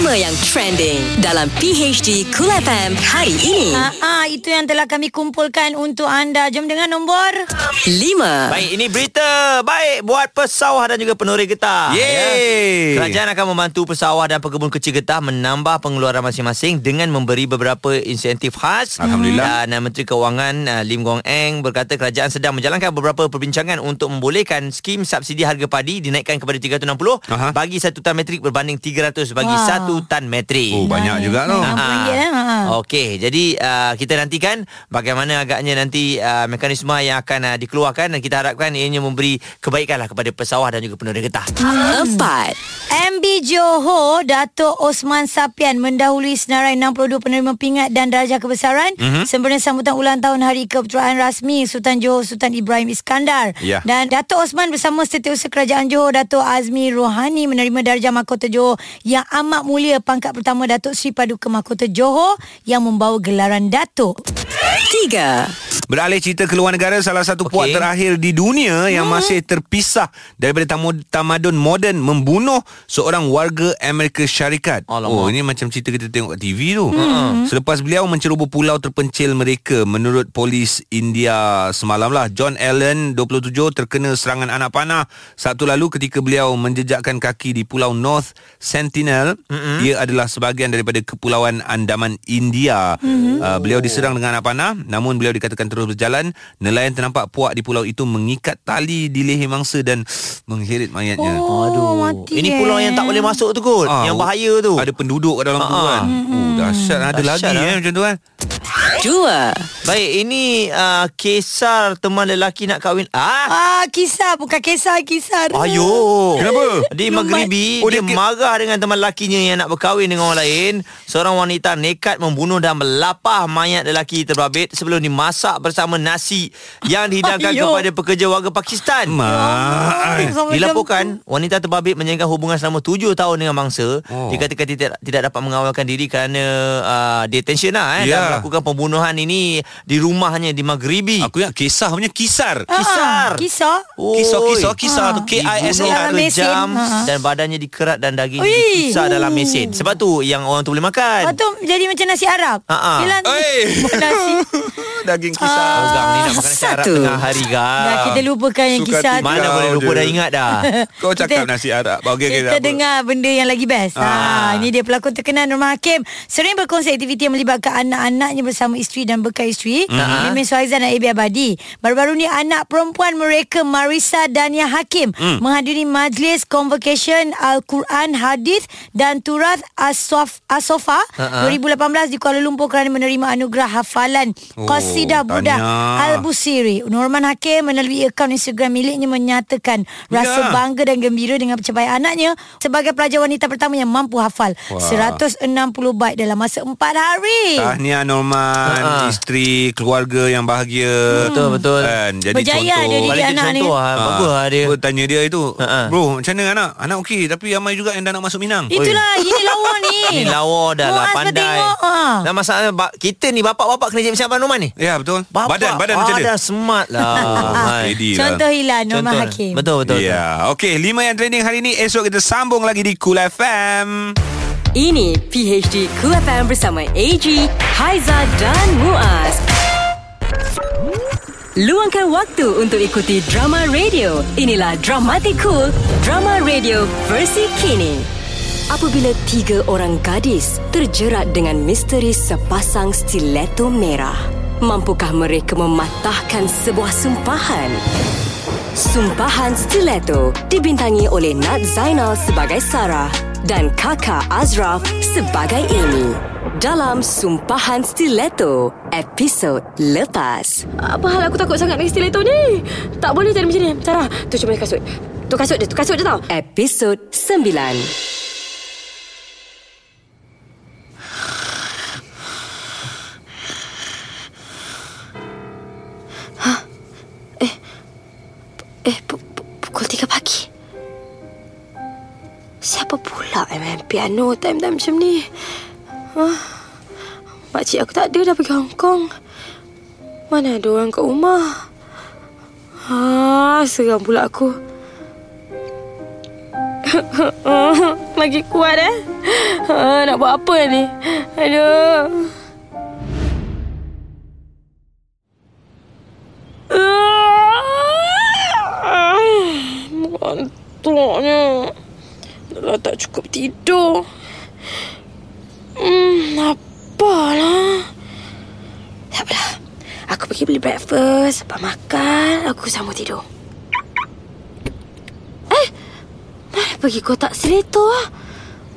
[SPEAKER 3] 5 yang trending dalam PHD Cool FM hari ini.
[SPEAKER 4] Ah, ah, itu yang telah kami kumpulkan untuk anda. Jom dengan nombor
[SPEAKER 3] 5.
[SPEAKER 2] Baik, ini berita baik buat pesawah dan juga penuri getah.
[SPEAKER 1] Yeay.
[SPEAKER 2] Kerajaan akan membantu pesawah dan pekebun kecil getah menambah pengeluaran masing-masing dengan memberi beberapa insentif khas.
[SPEAKER 1] Alhamdulillah.
[SPEAKER 2] Dan uh, Menteri Kewangan uh, Lim Guang Eng berkata kerajaan sedang menjalankan beberapa perbincangan untuk membolehkan skim subsidi harga padi dinaikkan kepada 360
[SPEAKER 1] Aha.
[SPEAKER 2] bagi satu tan metrik berbanding 300 bagi
[SPEAKER 4] Wah.
[SPEAKER 2] satu tan metrik.
[SPEAKER 1] Oh banyak juga tu
[SPEAKER 4] Ah, RM6, eh? Ha.
[SPEAKER 2] Okey, jadi uh, kita nantikan bagaimana agaknya nanti uh, mekanisme yang akan uh, dikeluarkan dan kita harapkan ianya memberi kebaikan lah kepada pesawah dan juga peneroda getah.
[SPEAKER 3] 4.
[SPEAKER 4] MB Johor Dato' Osman Sapian mendahului senarai 62 penerima pingat dan darjah kebesaran
[SPEAKER 2] Mhm.
[SPEAKER 4] mm-hmm. sempena sambutan ulang tahun Hari Kepeteraan Rasmi Sultan Johor Sultan Ibrahim Iskandar.
[SPEAKER 1] Ya.
[SPEAKER 4] Dan Dato' Osman bersama Setiausaha Kerajaan Johor Dato' Azmi Rohani menerima darjah Mahkota Johor yang amat mulia pangkat pertama Dato' Sri Paduka Mahkota Johor yang membawa gelaran Dato'.
[SPEAKER 3] 3.
[SPEAKER 1] Beralih cerita keluar negara Salah satu okay. puak
[SPEAKER 2] Okey.
[SPEAKER 1] terakhir di dunia Yang
[SPEAKER 4] Hmm.
[SPEAKER 1] masih terpisah Daripada tamu, tamadun moden Membunuh seorang warga Amerika Syarikat
[SPEAKER 2] Alamak.
[SPEAKER 1] Oh ini macam cerita kita tengok kat TV tu hmm. Selepas beliau menceroboh pulau terpencil mereka Menurut polis India semalam lah John Allen 27 terkena serangan anak panah Sabtu lalu ketika beliau menjejakkan kaki di pulau North Sentinel mm-hmm. Ia adalah sebahagian daripada kepulauan Andaman India mm-hmm. uh, Beliau diserang dengan anak panah Namun beliau dikatakan terus berjalan Nelayan ternampak puak di pulau itu mengikat tali di leher mangsa Dan mengheret mayatnya
[SPEAKER 4] Oh, Aduh. mati
[SPEAKER 2] Ini
[SPEAKER 4] eh.
[SPEAKER 2] pulau yang tak boleh masuk tu kot,
[SPEAKER 1] Ah,
[SPEAKER 2] yang bahaya tu.
[SPEAKER 1] Ada penduduk kat dalam tu
[SPEAKER 2] Ah, ah.
[SPEAKER 1] kan oh, Dahsyat ada
[SPEAKER 2] Dahsyat
[SPEAKER 1] lagi
[SPEAKER 2] lah.
[SPEAKER 1] eh, macam tu kan
[SPEAKER 3] 2.
[SPEAKER 2] Baik, ini uh, kisar teman lelaki nak kahwin. Ah,
[SPEAKER 4] Ah, kisah bukan kisah kisah.
[SPEAKER 2] ayo.
[SPEAKER 1] Kenapa?
[SPEAKER 2] Di Maghribi, oh,
[SPEAKER 1] Oh, dia
[SPEAKER 2] dia,
[SPEAKER 1] ke-
[SPEAKER 2] marah dengan teman lakinya yang nak berkahwin dengan orang lain. Seorang wanita nekat membunuh dan melapah mayat lelaki terbabit sebelum dimasak bersama nasi yang dihidangkan
[SPEAKER 4] Ayuh.
[SPEAKER 2] kepada pekerja warga Pakistan.
[SPEAKER 1] Mak
[SPEAKER 4] Sampai
[SPEAKER 2] Dilaporkan wanita terbabit menjaga hubungan selama tujuh tahun dengan mangsa
[SPEAKER 1] Oh.
[SPEAKER 2] oh. dikatakan tidak tidak dapat mengawalkan diri kerana uh, detention lah eh,
[SPEAKER 1] Ya.
[SPEAKER 2] yeah. dan melakukan pembunuhan ini di rumahnya di Maghribi.
[SPEAKER 1] Aku ingat kisah punya kisar
[SPEAKER 4] Ah,
[SPEAKER 2] Kisar.
[SPEAKER 4] Kisar. Ah.
[SPEAKER 1] Kisah-kisah Kisah tu
[SPEAKER 4] Dibunuh.
[SPEAKER 1] K-I-S-A-R
[SPEAKER 4] Dalam mesin.
[SPEAKER 2] Jam
[SPEAKER 4] Ha.
[SPEAKER 2] dan badannya dikerat dan daging
[SPEAKER 4] Ui.
[SPEAKER 2] dipisah dalam mesin. Sebab tu yang orang tu boleh
[SPEAKER 4] Lepas
[SPEAKER 2] makan. Ah,
[SPEAKER 4] tu jadi macam nasi Arab.
[SPEAKER 2] Ha-ha.
[SPEAKER 4] Yelah,
[SPEAKER 1] Oi.
[SPEAKER 4] nasi. Ah,
[SPEAKER 7] daging kisar.
[SPEAKER 2] Ogang ni nak makan syarat
[SPEAKER 3] Satu.
[SPEAKER 2] tengah hari kah?
[SPEAKER 4] Dah kita lupakan yang
[SPEAKER 7] Suka
[SPEAKER 4] kisah
[SPEAKER 7] hati.
[SPEAKER 4] tu.
[SPEAKER 2] Mana
[SPEAKER 7] Kau
[SPEAKER 2] boleh lupa
[SPEAKER 7] je.
[SPEAKER 2] dah ingat dah.
[SPEAKER 1] Kau cakap
[SPEAKER 4] Kita-
[SPEAKER 1] nasi Arab. Okey, okey.
[SPEAKER 4] kita
[SPEAKER 1] tak apa.
[SPEAKER 4] dengar benda yang lagi best.
[SPEAKER 2] Ah.
[SPEAKER 4] Ha, ini dia pelakon terkenal Norma Hakim sering berkongsi aktiviti yang melibatkan anak-anaknya bersama isteri dan bekal isteri,
[SPEAKER 1] Hmm.
[SPEAKER 2] Ah.
[SPEAKER 4] Mimin Suhaizan dan Ebi Abadi. Baru-baru ni anak perempuan mereka Marisa Dania Hakim
[SPEAKER 1] Hmm.
[SPEAKER 4] menghadiri majlis convocation Al-Quran Hadis dan Turath Asof Asofa
[SPEAKER 1] Ah,
[SPEAKER 4] 2018 di Kuala Lumpur kerana menerima anugerah hafalan
[SPEAKER 1] Oh,
[SPEAKER 4] qasidah Buddha
[SPEAKER 1] tahniah.
[SPEAKER 4] Al-Busiri. Norman Hakim melalui akaun Instagram miliknya menyatakan rasa
[SPEAKER 1] Ya.
[SPEAKER 4] bangga bangga dan gembira dengan pencapaian anaknya sebagai pelajar wanita pertama yang mampu hafal
[SPEAKER 1] Wah.
[SPEAKER 4] 160 bait dalam masa 4 hari.
[SPEAKER 1] Tahniah Norman,
[SPEAKER 2] Ha-ha.
[SPEAKER 1] isteri, keluarga yang bahagia.
[SPEAKER 2] Ah, Hmm. Betul, betul.
[SPEAKER 1] Kan? Jadi
[SPEAKER 4] Berjaya
[SPEAKER 1] contoh.
[SPEAKER 4] dia diri
[SPEAKER 2] Balik
[SPEAKER 4] anak
[SPEAKER 2] contoh
[SPEAKER 4] ni.
[SPEAKER 2] lah.
[SPEAKER 1] Ah,
[SPEAKER 2] Bagus lah dia. Ah,
[SPEAKER 1] Aku tanya dia itu
[SPEAKER 2] Ha-ha.
[SPEAKER 1] Bro macam mana anak Anak okey Tapi ramai juga yang dah nak masuk Minang
[SPEAKER 4] Itulah ini lawa ni.
[SPEAKER 2] Ni lawa dah lah
[SPEAKER 4] Muaz
[SPEAKER 2] pandai.
[SPEAKER 4] bertengok, ha.
[SPEAKER 2] Nah, masalah ba- kita ni bapak-bapak kena jadi macam Abang Norman ni.
[SPEAKER 1] Ya betul
[SPEAKER 2] Bapak,
[SPEAKER 1] Badan Badan macam dia
[SPEAKER 2] Badan smart lah. Hai.
[SPEAKER 1] Jadi lah.
[SPEAKER 4] Contoh Hilan Norma
[SPEAKER 2] Contoh.
[SPEAKER 4] Hakim.
[SPEAKER 2] Betul betul. betul.
[SPEAKER 1] Ya Okey Lima yang trending hari ni Esok kita sambung lagi di Cool FM
[SPEAKER 3] Ini PHD Cool FM bersama AG, Haiza dan Muaz. Luangkan waktu untuk ikuti drama radio. Inilah Dramatik Cool, drama radio versi kini. Apabila tiga orang gadis terjerat dengan misteri sepasang stiletto merah, mampukah mereka mematahkan sebuah sumpahan? Sumpahan Stiletto dibintangi oleh Nat Zainal sebagai Sarah dan kakak Azraf sebagai Amy. Dalam Sumpahan Stiletto, episod lepas.
[SPEAKER 10] Apa hal aku takut sangat dengan stiletto ni? Tak boleh jadi macam ni. Sarah, tu cuma kasut. Tu kasut dia, tu kasut dia tau.
[SPEAKER 3] Episod sembilan.
[SPEAKER 10] Eh, pu- pu- pukul 3 pagi. Siapa pula yang main piano time-time macam ni? Huh? Makcik aku tak ada dah pergi Hong Kong. Mana ada orang kat rumah? Ha, seram pula aku. Lagi kuat eh. Ha, nak buat apa ni? Aduh. Mengantuknya Dah tak cukup tidur Hmm, apalah Tak apalah Aku pergi beli breakfast Lepas makan Aku sambung tidur Eh Mana pergi kotak seletor lah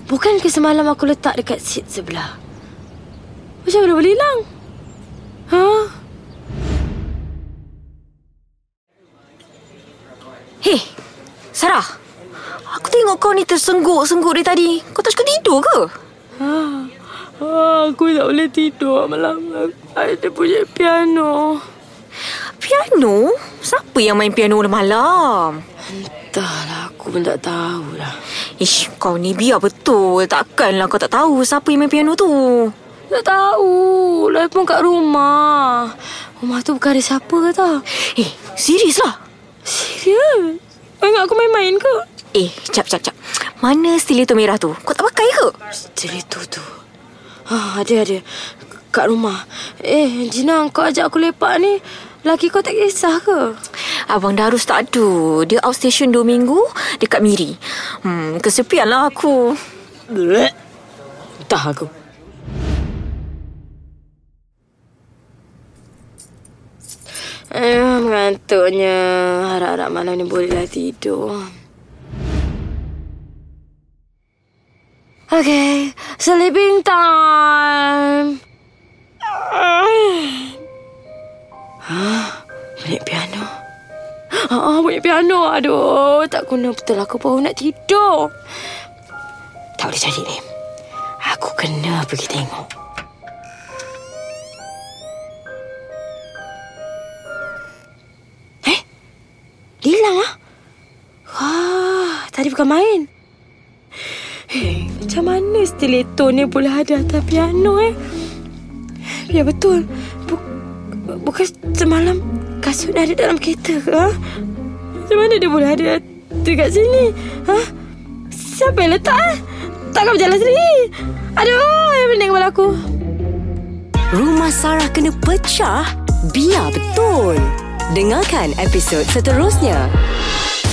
[SPEAKER 10] Bukan ke semalam aku letak dekat seat sebelah Macam mana boleh hilang Ha? Haa Hei, Sarah. Aku tengok kau ni tersengguk-sengguk dari tadi. Kau tak cukup tidur ke? Ha, aku tak boleh tidur malam. Ada bunyi piano. Piano? Siapa yang main piano malam? Entahlah, aku pun tak tahulah. Ish, kau ni biar betul. Takkanlah kau tak tahu siapa yang main piano tu. Tak tahu. Lai pun kat rumah. Rumah tu bukan ada siapa ke tak? Eh, serius lah. Serius? Kau ingat aku main-main ke? Eh, cap, cap, cap. Mana stiletto merah tu? Kau tak pakai ke? Stiletto tu? Ha, ada, ada. Kat rumah. Eh, Jina, kau ajak aku lepak ni. Laki kau tak kisah ke? Abang Darus tak ada. Dia outstation dua minggu dekat Miri. Hmm, kesepian lah aku. Entah aku. Eh, mengantuknya. Harap-harap malam ni bolehlah tidur. Okay, sleeping time. Hah? Bunyi piano. Ah, bunyi piano. Aduh, tak guna betul aku baru nak tidur. Tak boleh jadi ni. Aku kena pergi tengok. Dia hilang lah. Wah, tadi bukan main. Hei, macam mana stiletto ni boleh ada atas piano eh? Ya betul. Bu- bukan semalam kasut ada dalam kereta ke? Ha? Macam mana dia boleh ada dekat sini? Ha? Siapa yang letak? eh? Takkan berjalan sendiri? Aduh, yang pening kepala aku.
[SPEAKER 3] Rumah Sarah kena pecah? Biar betul. Dengarkan episod seterusnya.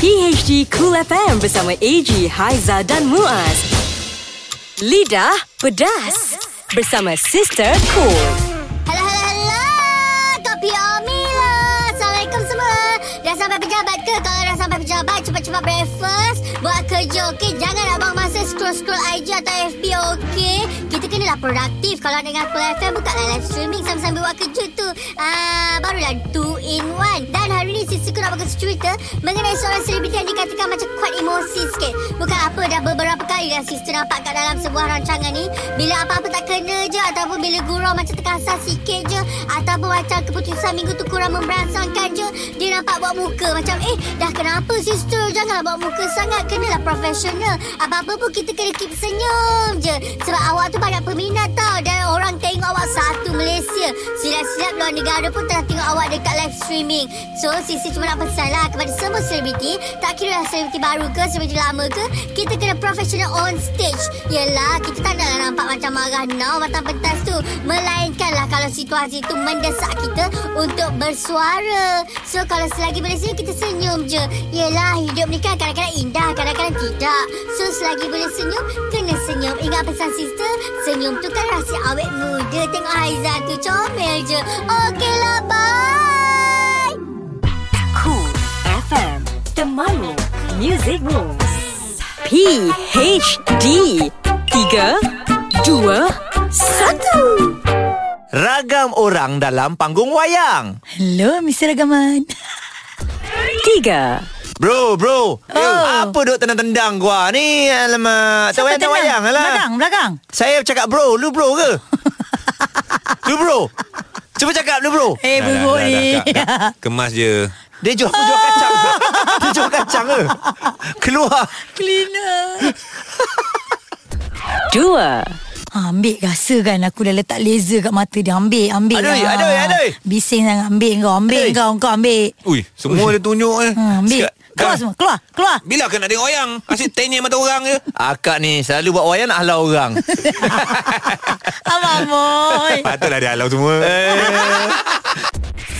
[SPEAKER 3] PHD Cool FM bersama AG, Haiza dan Muaz. Lidah pedas bersama Sister Cool.
[SPEAKER 11] Hello, hello, hello. Kopi Omila. Assalamualaikum semua. Dah sampai pejabat ke? Kalau dah sampai pejabat, cepat-cepat breakfast. Buat kerja, okey? Jangan nak buang masa scroll-scroll IG atau FB, okey? Kita kenalah produktif. Kalau nak dengar Cool FM, bukalah live streaming sambil-sambil buat kerja tu. Ah, barulah two in one. Dan hari ni, Sisi nak bagus cerita mengenai seorang selebriti yang dikatakan macam kuat emosi sikit. Bukan apa, dah beberapa kali dah Sisi nampak kat dalam sebuah rancangan ni. Bila apa-apa tak kena je ataupun bila gurau macam terkasar sikit je ataupun macam keputusan minggu tu kurang memberansangkan je dia nampak buat muka macam eh dah kenapa sister janganlah buat muka sangat kenalah profesional apa-apa pun kita kena keep senyum je sebab awak tu banyak peminat tau dan orang tengok awak satu Malaysia silap-silap luar negara pun tengah tengok awak dekat live streaming so sisi cuma nak pesan lah kepada semua selebriti tak kira lah selebriti baru ke selebriti lama ke kita kena profesional on stage yelah kita tak naklah nampak macam marah now batang pentas tu melainkanlah kalau situasi tu mendesak kita untuk bersuara so kalau selagi boleh senyum kita senyum je yelah hidup ni kan kadang-kadang indah kadang-kadang tidak so selagi boleh senyum kena senyum ingat pesan sister senyum tu kan rahsia awet muda tengok Haiza tu comel je okeylah bye
[SPEAKER 3] Cool FM Temanmu Music Rules PHD 3 2 1
[SPEAKER 2] Ragam orang dalam panggung wayang.
[SPEAKER 4] Hello, Mr. Ragaman.
[SPEAKER 3] 3
[SPEAKER 2] Bro, bro. Oh. apa duk tendang-tendang gua ni? Alamak. Tak wayang, tak wayang lah.
[SPEAKER 4] Belakang, belakang.
[SPEAKER 2] Saya cakap bro, lu bro ke? lu bro. Cuba cakap lu bro.
[SPEAKER 4] Eh, buruk
[SPEAKER 1] dah,
[SPEAKER 4] ni.
[SPEAKER 1] dah, dah, dah. Kemas je
[SPEAKER 2] Dia jual jual kacang. Dia jual kacang ke? Keluar.
[SPEAKER 4] Cleaner.
[SPEAKER 3] 2
[SPEAKER 4] Ha, ambil rasa kan aku dah letak laser kat mata dia. Ambil, ambil.
[SPEAKER 2] Adoi,
[SPEAKER 4] lah.
[SPEAKER 2] adoi, adoi.
[SPEAKER 4] Bising sangat. Ambil kau, ambil
[SPEAKER 2] Adoi.
[SPEAKER 4] kau, kau ambil.
[SPEAKER 1] Ui Semua dia tunjuk eh.
[SPEAKER 4] Ha, ambil.
[SPEAKER 1] Sekat-
[SPEAKER 4] Keluar semua, keluar, keluar.
[SPEAKER 1] Bila kau nak tengok wayang Asyik tanya mata orang je
[SPEAKER 2] Akak ni selalu buat wayang nak halau orang.
[SPEAKER 4] Abang boy.
[SPEAKER 1] Patutlah dia halau semua
[SPEAKER 2] Eh,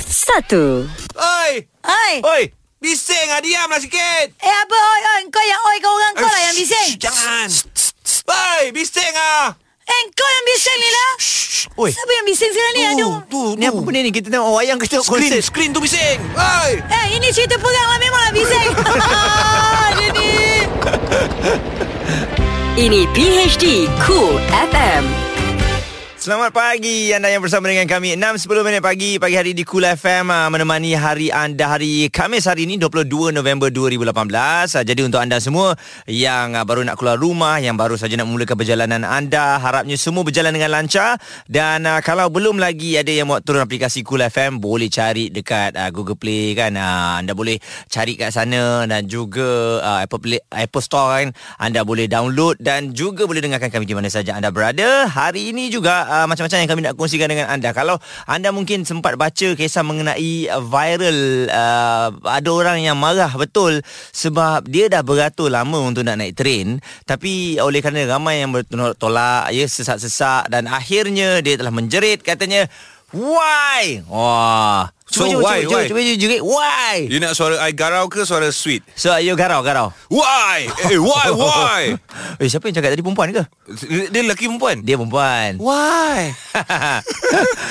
[SPEAKER 3] Satu.
[SPEAKER 1] Oi
[SPEAKER 4] Oi.
[SPEAKER 1] Oi Bising lah diamlah sikit
[SPEAKER 4] Eh apa oi oi Kau yang oi kau orang kau lah yang bising
[SPEAKER 1] Jangan Oi bising lah
[SPEAKER 4] Eh kau yang bising ni lah
[SPEAKER 2] Oi.
[SPEAKER 4] Siapa yang bising sekarang ni Aduh
[SPEAKER 2] tu, ni apa benda ni? Kita tengok wayang ke tengok
[SPEAKER 1] Screen
[SPEAKER 2] konsert?
[SPEAKER 1] Screen tu bising Oi
[SPEAKER 4] Eh ini cerita perang lah Memang lah bising Ah, Dia ni
[SPEAKER 3] Ini PHD Cool FM.
[SPEAKER 2] Selamat pagi anda yang bersama dengan kami 6.10 minit pagi Pagi hari di Kul FM ah, Menemani hari anda hari Kamis hari ini 22 November 2018 Ah, Jadi untuk anda semua Yang ah, baru nak keluar rumah Yang baru saja nak memulakan perjalanan anda Harapnya semua berjalan dengan lancar Dan ah, kalau belum lagi ada yang mau turun aplikasi Kul FM Boleh cari dekat ah, Google Play kan Ah, Anda boleh cari kat sana Dan juga ah, Apple, Play, Apple Store kan Anda boleh download Dan juga boleh dengarkan kami di mana saja anda berada Hari ini juga uh, macam-macam yang kami nak kongsikan dengan anda Kalau anda mungkin sempat baca kisah mengenai ah, viral uh, Ada orang yang marah betul Sebab dia dah beratur lama untuk nak naik train Tapi oleh kerana ramai yang bertolak ya, Sesak-sesak Dan akhirnya dia telah menjerit katanya Why? Wah
[SPEAKER 1] So,
[SPEAKER 2] Cuba, cuba,
[SPEAKER 1] why,
[SPEAKER 2] cuba,
[SPEAKER 1] why?
[SPEAKER 2] cuba, cuba, jerit Why?
[SPEAKER 1] You nak suara I garau ke suara sweet
[SPEAKER 2] So you garau garau
[SPEAKER 1] Why Eh why why
[SPEAKER 2] Eh siapa yang cakap tadi perempuan ke?
[SPEAKER 1] Dia dia lelaki perempuan
[SPEAKER 2] Dia perempuan
[SPEAKER 1] Why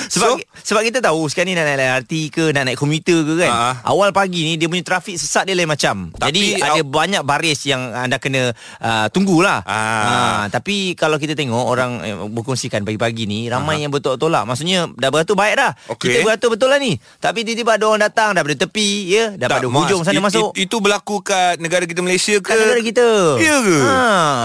[SPEAKER 2] Sebab so? sebab kita tahu Sekarang ni nak naik LRT ke Nak naik komuter ke kan
[SPEAKER 1] Ha.
[SPEAKER 2] uh-huh. Awal pagi ni Dia punya trafik sesat dia lain macam
[SPEAKER 1] Tapi
[SPEAKER 2] Jadi ada
[SPEAKER 1] aw-
[SPEAKER 2] banyak baris Yang anda kena uh, Tunggulah
[SPEAKER 1] Ah.
[SPEAKER 2] uh, Tapi kalau kita tengok Orang eh, berkongsikan pagi-pagi ni Ramai uh-huh. yang bertolak-tolak Maksudnya dah beratur baik dah
[SPEAKER 1] Okey.
[SPEAKER 2] Kita beratur betul lah ni Tapi tiba-tiba ada orang datang Daripada tepi ya Daripada
[SPEAKER 1] Mas,
[SPEAKER 2] hujung sana
[SPEAKER 1] i-
[SPEAKER 2] masuk
[SPEAKER 1] i- Itu berlaku kat negara kita Malaysia ke
[SPEAKER 2] Kat negara kita
[SPEAKER 1] Ya ke?
[SPEAKER 2] Ha.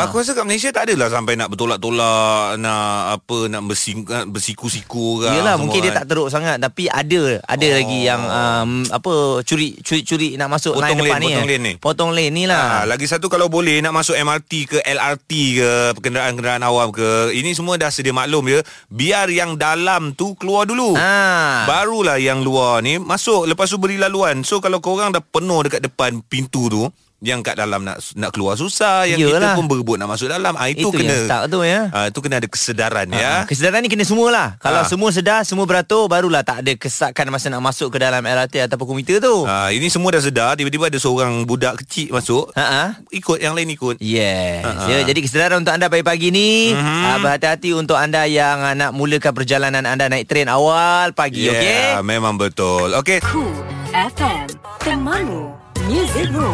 [SPEAKER 1] Aku rasa kat Malaysia tak adalah sampai nak bertolak-tolak, nak apa, nak bersing, bersiku-siku orang.
[SPEAKER 2] Yelah
[SPEAKER 1] semua
[SPEAKER 2] mungkin dia
[SPEAKER 1] kan.
[SPEAKER 2] tak teruk sangat Tapi ada Ada oh. lagi yang um, Apa Curi curi curi nak masuk line
[SPEAKER 1] Potong
[SPEAKER 2] depan
[SPEAKER 1] lane,
[SPEAKER 2] ni
[SPEAKER 1] potong
[SPEAKER 2] eh.
[SPEAKER 1] lane ni.
[SPEAKER 2] Potong lane ni lah
[SPEAKER 1] Ha, lagi satu kalau boleh nak masuk MRT ke LRT ke kenderaan-kenderaan awam ke ini semua dah sedia maklum ya biar yang dalam tu keluar dulu
[SPEAKER 2] Ah.
[SPEAKER 1] barulah yang luar ni masuk lepas tu beri laluan so kalau korang dah penuh dekat depan pintu tu yang kat dalam nak nak keluar susah yang
[SPEAKER 2] Yelah.
[SPEAKER 1] kita pun berebut nak masuk dalam ah itu,
[SPEAKER 2] Itu
[SPEAKER 1] kena
[SPEAKER 2] yang stuck tu, ya.
[SPEAKER 1] ah itu kena ada kesedaran
[SPEAKER 2] Ah,
[SPEAKER 1] ya
[SPEAKER 2] Kesedaran ni kena semualah Kalau
[SPEAKER 1] Ah.
[SPEAKER 2] semua sedar Semua beratur Barulah tak ada kesakan Masa nak masuk ke dalam LRT Ataupun komputer tu
[SPEAKER 1] Ah, ini semua dah sedar Tiba-tiba ada seorang budak kecil masuk
[SPEAKER 2] Ha-ha.
[SPEAKER 1] Ikut yang lain ikut
[SPEAKER 2] Ah,
[SPEAKER 1] Ah,
[SPEAKER 2] Yes Ya, jadi kesedaran untuk anda pagi-pagi ni
[SPEAKER 1] Mhm.
[SPEAKER 2] mm-hmm. uh, Berhati-hati untuk anda yang uh, nak mulakan perjalanan anda Naik train awal pagi, okey?
[SPEAKER 1] yeah, memang betul Okay
[SPEAKER 3] Cool FM Temanmu Music Room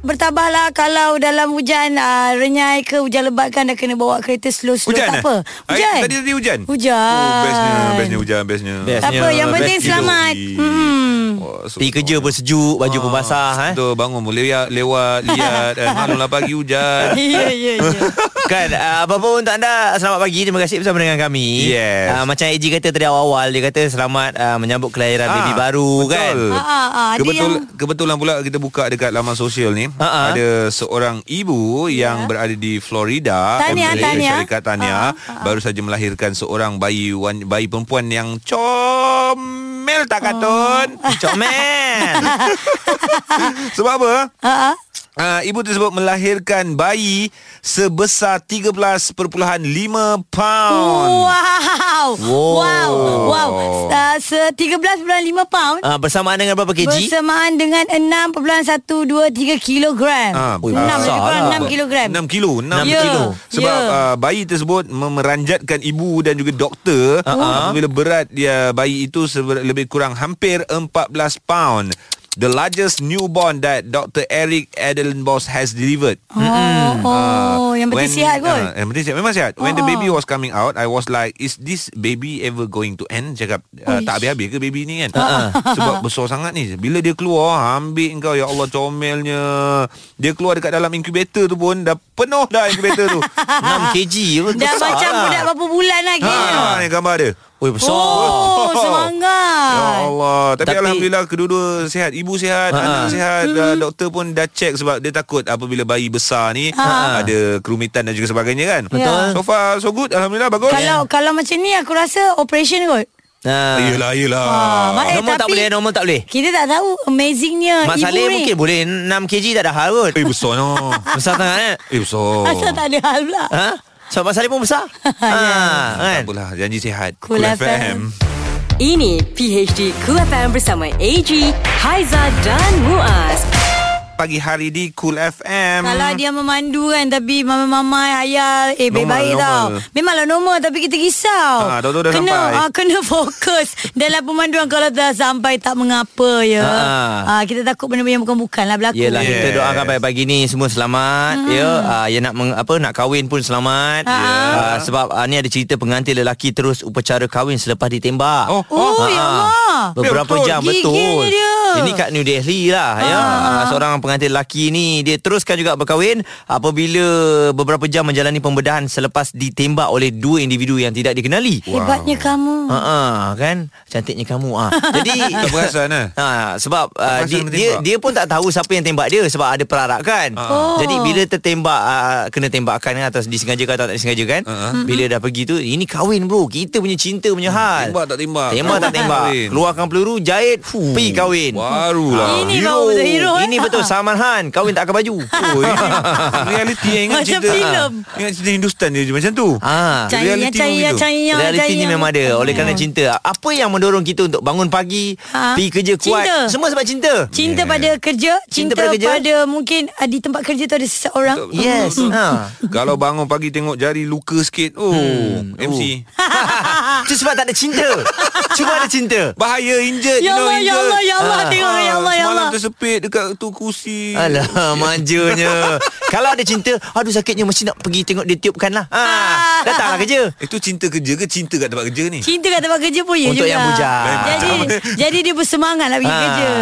[SPEAKER 4] Bertabahlah kalau dalam hujan uh, renyai ke hujan lebat kan dah kena bawa kereta slow-slow
[SPEAKER 1] Hujan
[SPEAKER 4] tak
[SPEAKER 1] eh?
[SPEAKER 4] apa. Hujan.
[SPEAKER 1] Hari- tadi tadi hujan?
[SPEAKER 4] Hujan.
[SPEAKER 1] Oh, bestnya, bestnya hujan, bestnya.
[SPEAKER 4] Tak apa, yang penting selamat. Hmm.
[SPEAKER 1] Pergi kerja
[SPEAKER 2] pun sejuk, baju pun basah eh.
[SPEAKER 1] Ah, Betul, bangun boleh lihat, lewat, lihat eh, Maklumlah pagi hujan.
[SPEAKER 4] ya, ya.
[SPEAKER 2] Kan uh, Apa pun untuk anda Selamat pagi Terima kasih bersama dengan kami
[SPEAKER 1] Yes.
[SPEAKER 2] uh, Macam AJ kata tadi awal-awal Dia kata selamat uh, Menyambut kelahiran
[SPEAKER 1] Ah,
[SPEAKER 2] ah, baby baru
[SPEAKER 1] betul.
[SPEAKER 2] kan
[SPEAKER 4] Ah, ah, ah, ada
[SPEAKER 1] Kebetul,
[SPEAKER 4] yang-
[SPEAKER 1] Kebetulan pula kita buka dekat laman sosial ni
[SPEAKER 2] Ha-ha.
[SPEAKER 1] Ada seorang ibu yang berada di Florida
[SPEAKER 4] Ya. Tahniah,
[SPEAKER 1] Amerika
[SPEAKER 4] tahniah. Ah,
[SPEAKER 1] Syarikat Tania Baru saja melahirkan seorang bayi wan- bayi perempuan yang comel tak katun
[SPEAKER 4] Oh.
[SPEAKER 2] Comel
[SPEAKER 1] Sebab apa?
[SPEAKER 4] Ha ah.
[SPEAKER 1] Uh, ibu tersebut melahirkan bayi sebesar 13.5 pound.
[SPEAKER 4] Wow.
[SPEAKER 2] Wow.
[SPEAKER 4] Wow. Wow. Uh, se 13.5 pound
[SPEAKER 2] uh, Bersamaan dengan berapa kg?
[SPEAKER 4] bersamaan dengan 6.123 kilogram.
[SPEAKER 1] Ah,
[SPEAKER 2] Ui,
[SPEAKER 4] 6
[SPEAKER 2] besar lah.
[SPEAKER 4] lebih 6 kilogram.
[SPEAKER 1] 6 kilo 6
[SPEAKER 4] Ya,
[SPEAKER 1] kilo Sebab
[SPEAKER 4] ya.
[SPEAKER 1] uh, bayi tersebut mem- Meranjatkan ibu dan juga doktor
[SPEAKER 4] Ah,
[SPEAKER 1] uh-huh. Apabila berat dia bayi itu seber- Lebih kurang hampir 14 pound The largest newborn that Dr. Eric Adelenbos has delivered
[SPEAKER 4] Oh, oh, yang penting sihat kot. Ah,
[SPEAKER 1] Ah, yang penting sihat Memang sihat When the baby was coming out I was like Is this baby ever going to end Cakap uh, Tak habis-habis ke baby ni
[SPEAKER 4] Ah,
[SPEAKER 1] kan Sebab besar sangat ni Bila dia keluar Ambil kau Ya Allah comelnya Dia keluar dekat dalam incubator tu pun Dah penuh dah incubator tu
[SPEAKER 2] 6 kg apa?
[SPEAKER 4] Dah
[SPEAKER 2] Besar
[SPEAKER 4] macam
[SPEAKER 2] lah.
[SPEAKER 4] budak berapa bulan lagi.
[SPEAKER 1] Ha, ni gambar dia
[SPEAKER 2] Ui besar Oh,
[SPEAKER 4] Oh,
[SPEAKER 1] Ya
[SPEAKER 4] semangat.
[SPEAKER 1] Allah Tapi,
[SPEAKER 2] Tapi-
[SPEAKER 1] Alhamdulillah Kedua-dua sihat Ibu sihat
[SPEAKER 2] Ha.
[SPEAKER 1] Anak sihat
[SPEAKER 4] Hmm.
[SPEAKER 1] uh, Doktor pun dah check Sebab dia takut Apabila bayi besar ni
[SPEAKER 4] Ha.
[SPEAKER 1] Ada kerumitan dan juga sebagainya kan
[SPEAKER 4] Betul.
[SPEAKER 1] So far so good Alhamdulillah bagus
[SPEAKER 4] Ya. Kalau kalau macam ni aku rasa operation kot.
[SPEAKER 2] Ah.
[SPEAKER 1] Yelah yelah
[SPEAKER 4] Ah, Mak, eh,
[SPEAKER 2] Normal tak
[SPEAKER 4] tapi-
[SPEAKER 2] boleh Normal tak boleh
[SPEAKER 4] Kita tak tahu amazingnya
[SPEAKER 2] Mak
[SPEAKER 4] ibu
[SPEAKER 2] Saleh
[SPEAKER 4] ni.
[SPEAKER 2] mungkin boleh 6 kg tak ada hal kot
[SPEAKER 1] Eh besar no.
[SPEAKER 2] Besar sangat eh
[SPEAKER 1] Eh besar
[SPEAKER 4] Asal tak ada hal pula.
[SPEAKER 2] Ha? Sebab Mak Saleh pun besar
[SPEAKER 3] Ya.
[SPEAKER 2] ha, kan?
[SPEAKER 1] Tak apalah Janji sihat
[SPEAKER 4] Cool FM.
[SPEAKER 3] Ini PHD Cool FM bersama AG, Haiza dan Muaz.
[SPEAKER 1] Pagi hari di Cool FM
[SPEAKER 4] Kalau dia memandu kan Tapi mama-mama Ayah Eh
[SPEAKER 1] Normal,
[SPEAKER 4] baik-baik tau
[SPEAKER 1] normal.
[SPEAKER 4] Memanglah normal Tapi kita risau
[SPEAKER 1] Ah, dah tu dah
[SPEAKER 4] kena,
[SPEAKER 1] sampai.
[SPEAKER 4] ah, Kena fokus Dalam pemanduan Kalau dah sampai Tak mengapa ya
[SPEAKER 2] Ah.
[SPEAKER 4] ah. Kita takut benda-benda Yang bukan-bukan lah berlaku
[SPEAKER 2] Yelah yes. kita
[SPEAKER 1] Yes.
[SPEAKER 2] doakan pagi-pagi ni semua selamat
[SPEAKER 4] Mm-hmm.
[SPEAKER 2] ya. Ah ya nak meng, apa nak kahwin pun selamat.
[SPEAKER 4] Ha.
[SPEAKER 2] Ah, sebab ah, ni ada cerita pengantin lelaki terus upacara kahwin selepas ditembak.
[SPEAKER 1] Oh,
[SPEAKER 4] oh. Oh,
[SPEAKER 2] Ah,
[SPEAKER 4] ya
[SPEAKER 2] ah.
[SPEAKER 4] Allah.
[SPEAKER 2] Beberapa jam
[SPEAKER 1] Ya, betul.
[SPEAKER 4] Giginya
[SPEAKER 2] betul.
[SPEAKER 4] dia.
[SPEAKER 2] Ini kat New Delhi lah ya. Ah, seorang pengantin lelaki ni dia teruskan juga berkahwin apabila beberapa jam menjalani pembedahan selepas ditembak oleh dua individu yang tidak dikenali.
[SPEAKER 4] Hebatnya kamu
[SPEAKER 2] Ha ah, kan cantiknya kamu ah. Jadi
[SPEAKER 1] Tak perasan, eh?
[SPEAKER 2] Ha sebab uh,
[SPEAKER 1] perasan
[SPEAKER 2] dia,
[SPEAKER 1] kena
[SPEAKER 2] dia
[SPEAKER 1] tembak.
[SPEAKER 2] dia pun tak tahu siapa yang tembak dia sebab ada perarakan.
[SPEAKER 1] Ah.
[SPEAKER 4] Oh.
[SPEAKER 2] kan? Jadi bila tertembak uh, kena tembakan kan atau disengajakan atau tak disengajakan.
[SPEAKER 1] Ha-ha.
[SPEAKER 2] Bila dah pergi tu ini kahwin bro. Kita punya cinta punya hal.
[SPEAKER 1] Hmm. Tembak tak tembak
[SPEAKER 2] Tembak tak tembak.
[SPEAKER 1] Kahwin.
[SPEAKER 2] Keluarkan peluru jahit Fuh. pergi kahwin.
[SPEAKER 1] Barulah
[SPEAKER 4] Ini baru betul hero eh.
[SPEAKER 2] Ini betul Salman Khan kahwin tak pakai baju.
[SPEAKER 1] Oh, ini realiti yang ingat
[SPEAKER 4] Macam
[SPEAKER 1] cerita Ah.
[SPEAKER 4] filem.
[SPEAKER 1] Ingat cerita Hindustan dia je macam tu
[SPEAKER 2] Ah.
[SPEAKER 4] Cahaya,
[SPEAKER 1] Reality
[SPEAKER 4] cahaya,
[SPEAKER 1] pun gitu.
[SPEAKER 4] cahaya
[SPEAKER 2] Realiti ni
[SPEAKER 4] cahaya.
[SPEAKER 2] memang ada Oleh kerana
[SPEAKER 1] Ah.
[SPEAKER 2] cinta Ah. Apa yang mendorong kita Untuk bangun pagi
[SPEAKER 4] Ha.
[SPEAKER 2] Pergi kerja kuat
[SPEAKER 4] Cinta.
[SPEAKER 2] Semua sebab cinta
[SPEAKER 4] Cinta pada kerja Cinta, pada, kerja. pada mungkin ah, Di tempat kerja tu ada seseorang
[SPEAKER 2] Yes ha.
[SPEAKER 1] Ah. Kalau bangun pagi tengok jari luka sikit Oh MC
[SPEAKER 2] Hmm. Oh. Itu sebab tak ada cinta Cuma ada cinta
[SPEAKER 1] Bahaya injured
[SPEAKER 4] Ya
[SPEAKER 1] you know,
[SPEAKER 4] Allah, ya
[SPEAKER 1] injured.
[SPEAKER 4] Allah, ya Allah,
[SPEAKER 1] Ah,
[SPEAKER 4] tengok, ya Allah, ya
[SPEAKER 1] Semalam
[SPEAKER 4] Allah.
[SPEAKER 1] tersepit dekat tu kursi
[SPEAKER 2] Alah manjanya Kalau ada cinta Aduh sakitnya Mesti nak pergi tengok dia tiupkan lah ha.
[SPEAKER 4] Ah.
[SPEAKER 2] Datanglah kerja
[SPEAKER 1] Itu cinta kerja ke cinta kat tempat kerja ni?
[SPEAKER 4] Cinta kat tempat kerja pun ya
[SPEAKER 2] Untuk
[SPEAKER 4] juga
[SPEAKER 2] yang bujang.
[SPEAKER 4] Jadi jadi dia bersemangat nak pergi
[SPEAKER 2] Ah,
[SPEAKER 4] kerja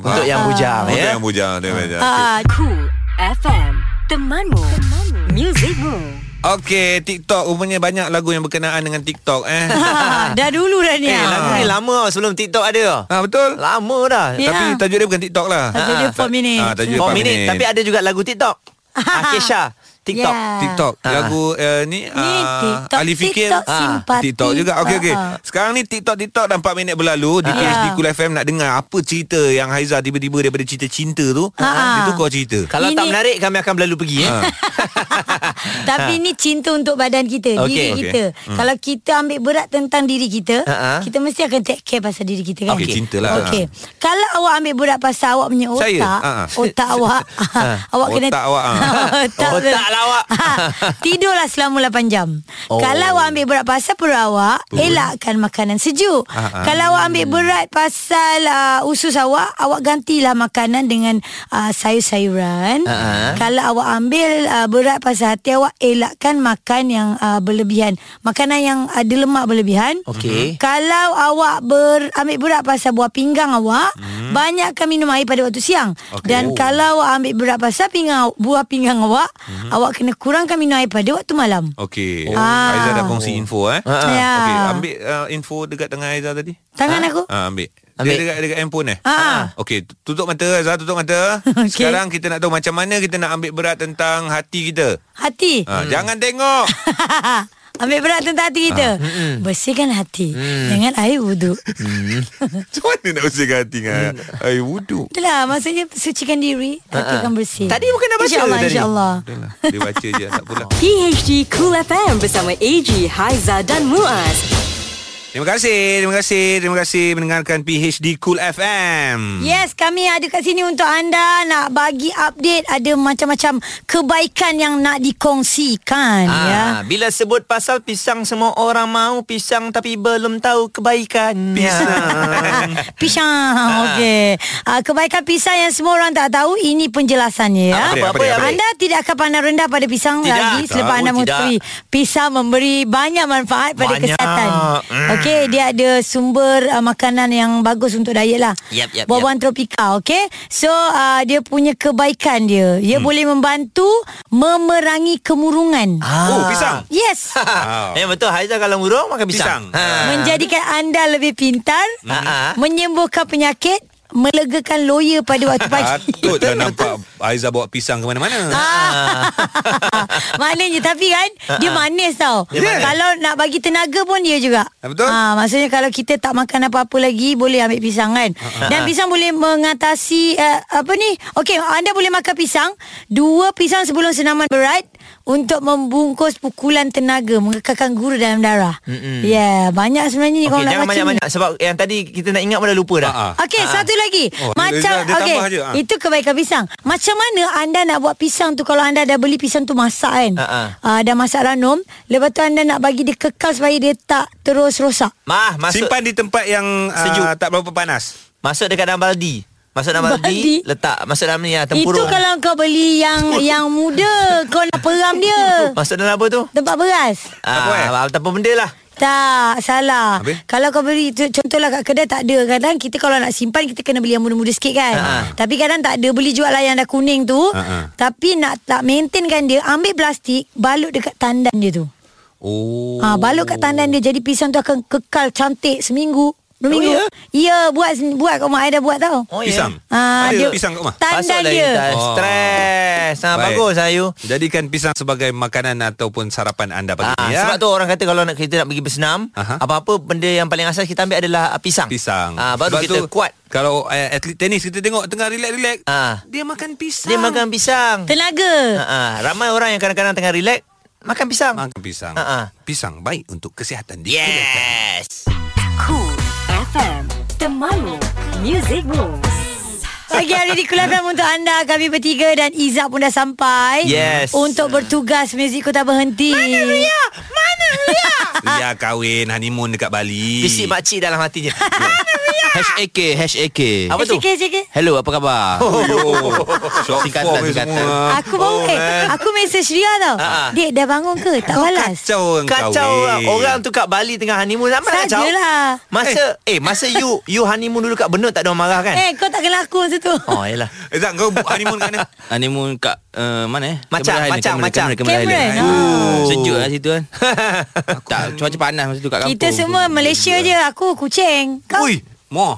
[SPEAKER 2] Untuk yang bujang
[SPEAKER 1] Oh,
[SPEAKER 2] ya.
[SPEAKER 1] Jangan bujang Jangan bujang
[SPEAKER 4] Ah,
[SPEAKER 3] Cool FM Temanmu, Temanmu. Music Room.
[SPEAKER 1] Okey, TikTok rupanya banyak lagu yang berkenaan dengan TikTok eh.
[SPEAKER 4] Ah, dah dulu dah ni.
[SPEAKER 2] Eh, lagu ni lama tau Sebelum TikTok ada
[SPEAKER 1] ha betul.
[SPEAKER 2] Lama dah
[SPEAKER 4] Ya.
[SPEAKER 1] Eh, Tapi tajuk dia bukan TikTok lah.
[SPEAKER 4] Tajuk dia
[SPEAKER 1] Ah,
[SPEAKER 4] four
[SPEAKER 1] ta-
[SPEAKER 4] minutes.
[SPEAKER 1] Ah, tajuk dia
[SPEAKER 2] Four
[SPEAKER 1] 4 minit.
[SPEAKER 2] minute Tapi ada juga lagu TikTok Akesha TikTok.
[SPEAKER 4] Yeah.
[SPEAKER 1] TikTok
[SPEAKER 2] Ah.
[SPEAKER 1] Lagu uh, ni, uh,
[SPEAKER 4] TikTok,
[SPEAKER 1] Ali Fikir
[SPEAKER 4] TikTok simpati.
[SPEAKER 1] TikTok juga Okey okey
[SPEAKER 4] Ah.
[SPEAKER 1] Sekarang ni TikTok TikTok Dah 4 minit berlalu Di
[SPEAKER 4] Ah.
[SPEAKER 1] PhD
[SPEAKER 4] Ya.
[SPEAKER 1] Kul FM Nak dengar apa cerita Yang Haiza tiba-tiba Daripada cerita-cinta tu
[SPEAKER 4] Ah.
[SPEAKER 1] Itu kau cerita Ah,
[SPEAKER 2] Kalau tak
[SPEAKER 4] Ini-
[SPEAKER 2] menarik kami akan berlalu pergi eh.
[SPEAKER 4] Tapi ni cinta untuk badan kita,
[SPEAKER 2] Okey.
[SPEAKER 4] diri
[SPEAKER 2] Okey.
[SPEAKER 4] kita.
[SPEAKER 2] Hmm.
[SPEAKER 4] Kalau kita ambil berat tentang diri kita,
[SPEAKER 2] Ha-ha.
[SPEAKER 4] kita mesti akan take care pasal diri kita kan.
[SPEAKER 1] Okey, cinta lah.
[SPEAKER 4] Okey. Kalau awak ambil berat pasal awak punya
[SPEAKER 1] Saya?
[SPEAKER 4] otak,
[SPEAKER 1] Ha-ha.
[SPEAKER 4] otak awak, awak kena
[SPEAKER 1] Otak awak, ah.
[SPEAKER 4] otak, Ha.
[SPEAKER 2] Otak lah awak.
[SPEAKER 4] Tidurlah selama 8 jam.
[SPEAKER 2] Oh.
[SPEAKER 4] Kalau awak ambil berat pasal perut awak, elakkan makanan sejuk.
[SPEAKER 1] Ha-ha.
[SPEAKER 4] Kalau awak ambil berat pasal uh, usus awak, awak gantilah makanan dengan uh, sayur-sayuran.
[SPEAKER 1] Ah,
[SPEAKER 2] Ha-ha.
[SPEAKER 4] Kalau awak ambil uh, berat pasal hati awak elakkan makan yang uh, berlebihan. Makanan yang ada lemak berlebihan. Mhm.
[SPEAKER 2] Okey.
[SPEAKER 4] Kalau awak ber, ambil berat pasal buah pinggang awak, hmm. banyakkan minum air pada waktu siang.
[SPEAKER 1] Mhm. Okey.
[SPEAKER 4] Dan
[SPEAKER 1] Oh.
[SPEAKER 4] kalau awak ambil berat pasal pinggang buah pinggang awak,
[SPEAKER 1] Mhm.
[SPEAKER 4] hmm. awak kena kurangkan minum air pada waktu malam.
[SPEAKER 1] Okey
[SPEAKER 4] Oh.
[SPEAKER 1] Haiza dah
[SPEAKER 4] Ah.
[SPEAKER 1] kongsi info eh
[SPEAKER 4] ah. Ya.
[SPEAKER 1] Okey ambil uh, info dekat tangan Haiza tadi
[SPEAKER 4] Tangan aku.
[SPEAKER 1] Ah, ambil. ambil.
[SPEAKER 2] Ambil.
[SPEAKER 1] Dia dekat, dekat handphone eh?
[SPEAKER 4] Ah.
[SPEAKER 1] Okey, tutup mata Azhar, tutup mata. okay.
[SPEAKER 4] Okey.
[SPEAKER 1] Sekarang kita nak tahu macam mana kita nak ambil berat tentang hati kita.
[SPEAKER 4] Hati.
[SPEAKER 1] Ah, hmm. Jangan tengok.
[SPEAKER 4] Ambil berat tentang hati kita. Bersihkan hati dengan air wuduk.
[SPEAKER 1] Macam mana nak bersihkan hati dengan air wuduk?
[SPEAKER 4] Itulah maksudnya sucikan diri, hati
[SPEAKER 2] Ha-ha.
[SPEAKER 4] akan bersih.
[SPEAKER 2] Tadi bukan nak baca
[SPEAKER 4] InsyaAllah,
[SPEAKER 2] tadi.
[SPEAKER 4] insyaAllah.
[SPEAKER 1] Dah lah, Dia baca je tak pula.
[SPEAKER 3] PHD Cool FM bersama AG, Haiza dan Muaz.
[SPEAKER 1] Terima kasih, terima kasih, terima kasih mendengarkan PHD Cool FM.
[SPEAKER 4] Yes, kami ada kat sini untuk anda nak bagi update ada macam-macam kebaikan yang nak dikongsikan
[SPEAKER 2] Ah,
[SPEAKER 4] ya.
[SPEAKER 2] Bila sebut pasal pisang Semua orang mau pisang Tapi belum tahu kebaikan Pisang
[SPEAKER 4] Pisang
[SPEAKER 2] Ah.
[SPEAKER 4] Okey uh, Kebaikan pisang yang semua orang tak tahu Ini penjelasannya ya.
[SPEAKER 2] Ah, apa dia, apa dia, apa dia?
[SPEAKER 4] Anda tidak akan pandang rendah pada pisang
[SPEAKER 2] Tidak.
[SPEAKER 4] lagi Selepas
[SPEAKER 2] Tahu
[SPEAKER 4] anda
[SPEAKER 2] tidak.
[SPEAKER 4] mengetahui Pisang memberi banyak manfaat pada
[SPEAKER 2] Banyak.
[SPEAKER 4] kesihatan
[SPEAKER 2] Mm.
[SPEAKER 4] Okey Dia ada sumber uh, makanan yang bagus untuk diet lah
[SPEAKER 2] Yap, yap,
[SPEAKER 4] Buah-buahan tropika Okey So uh, dia punya kebaikan dia Dia
[SPEAKER 2] Hmm.
[SPEAKER 4] boleh membantu Memerangi kemurungan
[SPEAKER 1] Oh, pisang.
[SPEAKER 4] Yes
[SPEAKER 2] Ah. Yang Ah. betul Haiza kalau murung makan pisang,
[SPEAKER 1] Pisang. Ah.
[SPEAKER 2] Ha.
[SPEAKER 4] Menjadikan anda lebih pintar
[SPEAKER 2] Ah, ah.
[SPEAKER 4] Menyembuhkan penyakit Melegakan loya pada waktu
[SPEAKER 2] Ha.
[SPEAKER 4] pagi
[SPEAKER 1] Patut dah nampak Haiza bawa pisang ke mana-mana.
[SPEAKER 4] Ah. Maknanya tapi kan
[SPEAKER 2] Ha,
[SPEAKER 4] Dia manis tau
[SPEAKER 1] Dia manis.
[SPEAKER 4] Kalau nak bagi tenaga pun dia juga
[SPEAKER 2] Ha,
[SPEAKER 1] Ah, betul.
[SPEAKER 4] ah, Maksudnya kalau kita tak makan apa-apa lagi Boleh ambil pisang kan
[SPEAKER 2] Ha,
[SPEAKER 4] Dan pisang boleh mengatasi uh, Apa ni Okey anda boleh makan pisang Dua pisang sebelum senaman berat Untuk membungkus pukulan tenaga Mengekalkan guru dalam darah Ya yeah, Banyak sebenarnya ni
[SPEAKER 2] Okey,
[SPEAKER 4] kalau nak
[SPEAKER 2] jangan
[SPEAKER 4] baca ni.
[SPEAKER 2] banyak-banyak sebab yang tadi kita nak ingat pun dah lupa dah.
[SPEAKER 1] Ah, ah.
[SPEAKER 4] Okey, satu lagi.
[SPEAKER 1] Oh, dia-
[SPEAKER 4] Macam
[SPEAKER 1] dia- dia
[SPEAKER 4] okey,
[SPEAKER 1] tambah je, ah.
[SPEAKER 4] itu kebaikan pisang. Macam mana anda nak buat pisang tu kalau anda dah beli pisang tu masak kan?
[SPEAKER 2] Ah, ah.
[SPEAKER 4] Ah, dah masak ranum, lepas tu anda nak bagi dia kekal supaya dia tak terus rosak.
[SPEAKER 2] Mah, masuk
[SPEAKER 1] Simpan di tempat yang
[SPEAKER 2] Sejuk.
[SPEAKER 1] uh, tak berapa panas.
[SPEAKER 2] masuk dekat dalam baldi. Masuk dalam baldi,
[SPEAKER 4] Baldi?
[SPEAKER 2] letak masuk dalam ni ah
[SPEAKER 4] Itu
[SPEAKER 2] tempurung.
[SPEAKER 1] eh?
[SPEAKER 4] kalau kau beli yang yang muda, kau nak peram dia.
[SPEAKER 2] masuk Ah, dalam apa tu?
[SPEAKER 4] Tempat beras.
[SPEAKER 1] Apa, eh?
[SPEAKER 2] Ah, apa benda lah.
[SPEAKER 4] Tak, salah.
[SPEAKER 1] Habis?
[SPEAKER 4] Kalau kau beli tu- contohlah kat kedai tak ada. Kadang kita kalau nak simpan kita kena beli yang muda-muda sikit kan.
[SPEAKER 2] Ha.
[SPEAKER 4] Tapi kadang tak ada beli jual lah yang dah kuning tu.
[SPEAKER 1] ha.
[SPEAKER 4] Tapi nak tak maintainkan dia, ambil plastik, balut dekat tandan dia tu.
[SPEAKER 1] Oh.
[SPEAKER 4] Ha, balut kat tandan dia jadi pisang tu akan kekal cantik seminggu. Dua minggu.
[SPEAKER 2] ya?
[SPEAKER 4] ya, buat buat kat mak I dah buat tau.
[SPEAKER 2] Oh,
[SPEAKER 1] Pisang.
[SPEAKER 4] Ah,
[SPEAKER 1] Ada
[SPEAKER 4] dia-
[SPEAKER 1] pisang kat rumah.
[SPEAKER 4] Tandan
[SPEAKER 2] Masuk
[SPEAKER 4] dia.
[SPEAKER 2] Dah
[SPEAKER 1] Oh.
[SPEAKER 2] stres. lah Ah,
[SPEAKER 1] Baik.
[SPEAKER 2] bagus ayu.
[SPEAKER 1] Jadikan pisang sebagai makanan ataupun sarapan anda pagi
[SPEAKER 2] Ah,
[SPEAKER 1] ni ya.
[SPEAKER 2] Sebab tu orang kata kalau nak kita nak pergi bersenam,
[SPEAKER 1] Aha.
[SPEAKER 2] apa-apa benda yang paling asas kita ambil adalah ah, pisang.
[SPEAKER 1] pisang.
[SPEAKER 2] Ah, baru
[SPEAKER 1] Sebab
[SPEAKER 2] kita
[SPEAKER 1] tu,
[SPEAKER 2] kuat.
[SPEAKER 1] Kalau uh, atlet tenis kita tengok tengah relax-relax,
[SPEAKER 2] Ah.
[SPEAKER 1] dia makan pisang.
[SPEAKER 2] Dia makan pisang.
[SPEAKER 4] Tenaga.
[SPEAKER 2] Ah, ah. ramai orang yang kadang-kadang tengah relax makan pisang.
[SPEAKER 1] makan pisang.
[SPEAKER 2] Ah, ah.
[SPEAKER 1] Pisang baik untuk kesihatan dia.
[SPEAKER 2] Yes.
[SPEAKER 3] Cool FM, temanmu, music moves.
[SPEAKER 4] Pagi hari di Kulafam untuk anda Kami bertiga dan Izzah pun dah sampai
[SPEAKER 2] Yes.
[SPEAKER 4] Untuk bertugas Muzik Kota Berhenti Mana Ria? Mana Ria?
[SPEAKER 1] Ya kahwin honeymoon dekat Bali.
[SPEAKER 2] Bisik makcik dalam hatinya. HAK, HAK. Apa tu?
[SPEAKER 4] Sikit, sikit.
[SPEAKER 2] Hello, apa khabar?
[SPEAKER 1] Oh, yo. Short
[SPEAKER 2] Singkatan,
[SPEAKER 1] form ni
[SPEAKER 2] singkatan.
[SPEAKER 1] semua. Oh,
[SPEAKER 4] Aku
[SPEAKER 2] Oh,
[SPEAKER 4] baru eh, Aku mesej Ria tau
[SPEAKER 2] Ha, ha.
[SPEAKER 4] Dek dah bangun ke? Tak balas
[SPEAKER 1] Kacau eh. orang
[SPEAKER 2] Kacau
[SPEAKER 1] kahwin.
[SPEAKER 2] orang Orang tu kat Bali tengah honeymoon Sama nak kacau
[SPEAKER 4] Sajalah
[SPEAKER 2] Masa Eh, masa you You honeymoon dulu kat Benut Tak ada orang marah kan
[SPEAKER 4] Eh kau tak kenal aku masa tu
[SPEAKER 2] Oh yelah
[SPEAKER 1] Eh, tak, kau honeymoon kat mana?
[SPEAKER 12] Honeymoon kat uh, mana eh?
[SPEAKER 2] Macam,
[SPEAKER 12] Cameron Highland,
[SPEAKER 2] macam,
[SPEAKER 12] Cameron,
[SPEAKER 2] macam.
[SPEAKER 12] Cameron, Cameron
[SPEAKER 4] Cameron,
[SPEAKER 12] Highland.
[SPEAKER 4] ah.
[SPEAKER 12] Oh. Sejuk lah situ kan. tak, cuaca panas masa tu kat kampung.
[SPEAKER 4] Kita semua Malaysia je Aku kucing Kau
[SPEAKER 1] Ui, moh.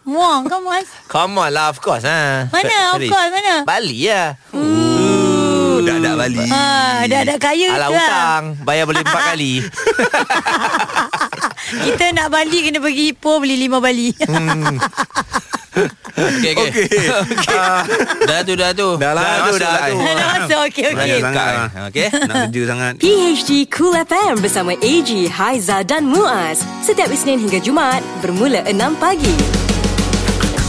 [SPEAKER 4] Muang Kau muas
[SPEAKER 2] Come on lah Of course ha.
[SPEAKER 4] Mana of
[SPEAKER 2] Sorry.
[SPEAKER 4] course mana
[SPEAKER 2] Bali ya
[SPEAKER 1] Oh, dah nak balik.
[SPEAKER 4] Ah, dah dah kaya
[SPEAKER 2] Alah
[SPEAKER 4] kita lah.
[SPEAKER 2] hutang Bayar boleh empat kali
[SPEAKER 4] Kita nak Bali kena pergi Ipoh beli lima Bali.
[SPEAKER 2] Hmm.
[SPEAKER 12] Okey okey. Okey. Dah tu dah tu. Dah
[SPEAKER 1] lah tu, Ah. dah lah tu.
[SPEAKER 4] Dah masuk okey okey.
[SPEAKER 1] Banyak sangat lah.
[SPEAKER 12] Okey.
[SPEAKER 1] Nak kerja sangat.
[SPEAKER 3] PHD Cool FM bersama AG, Haiza dan Muaz. Setiap Isnin hingga Jumaat bermula 6 pagi.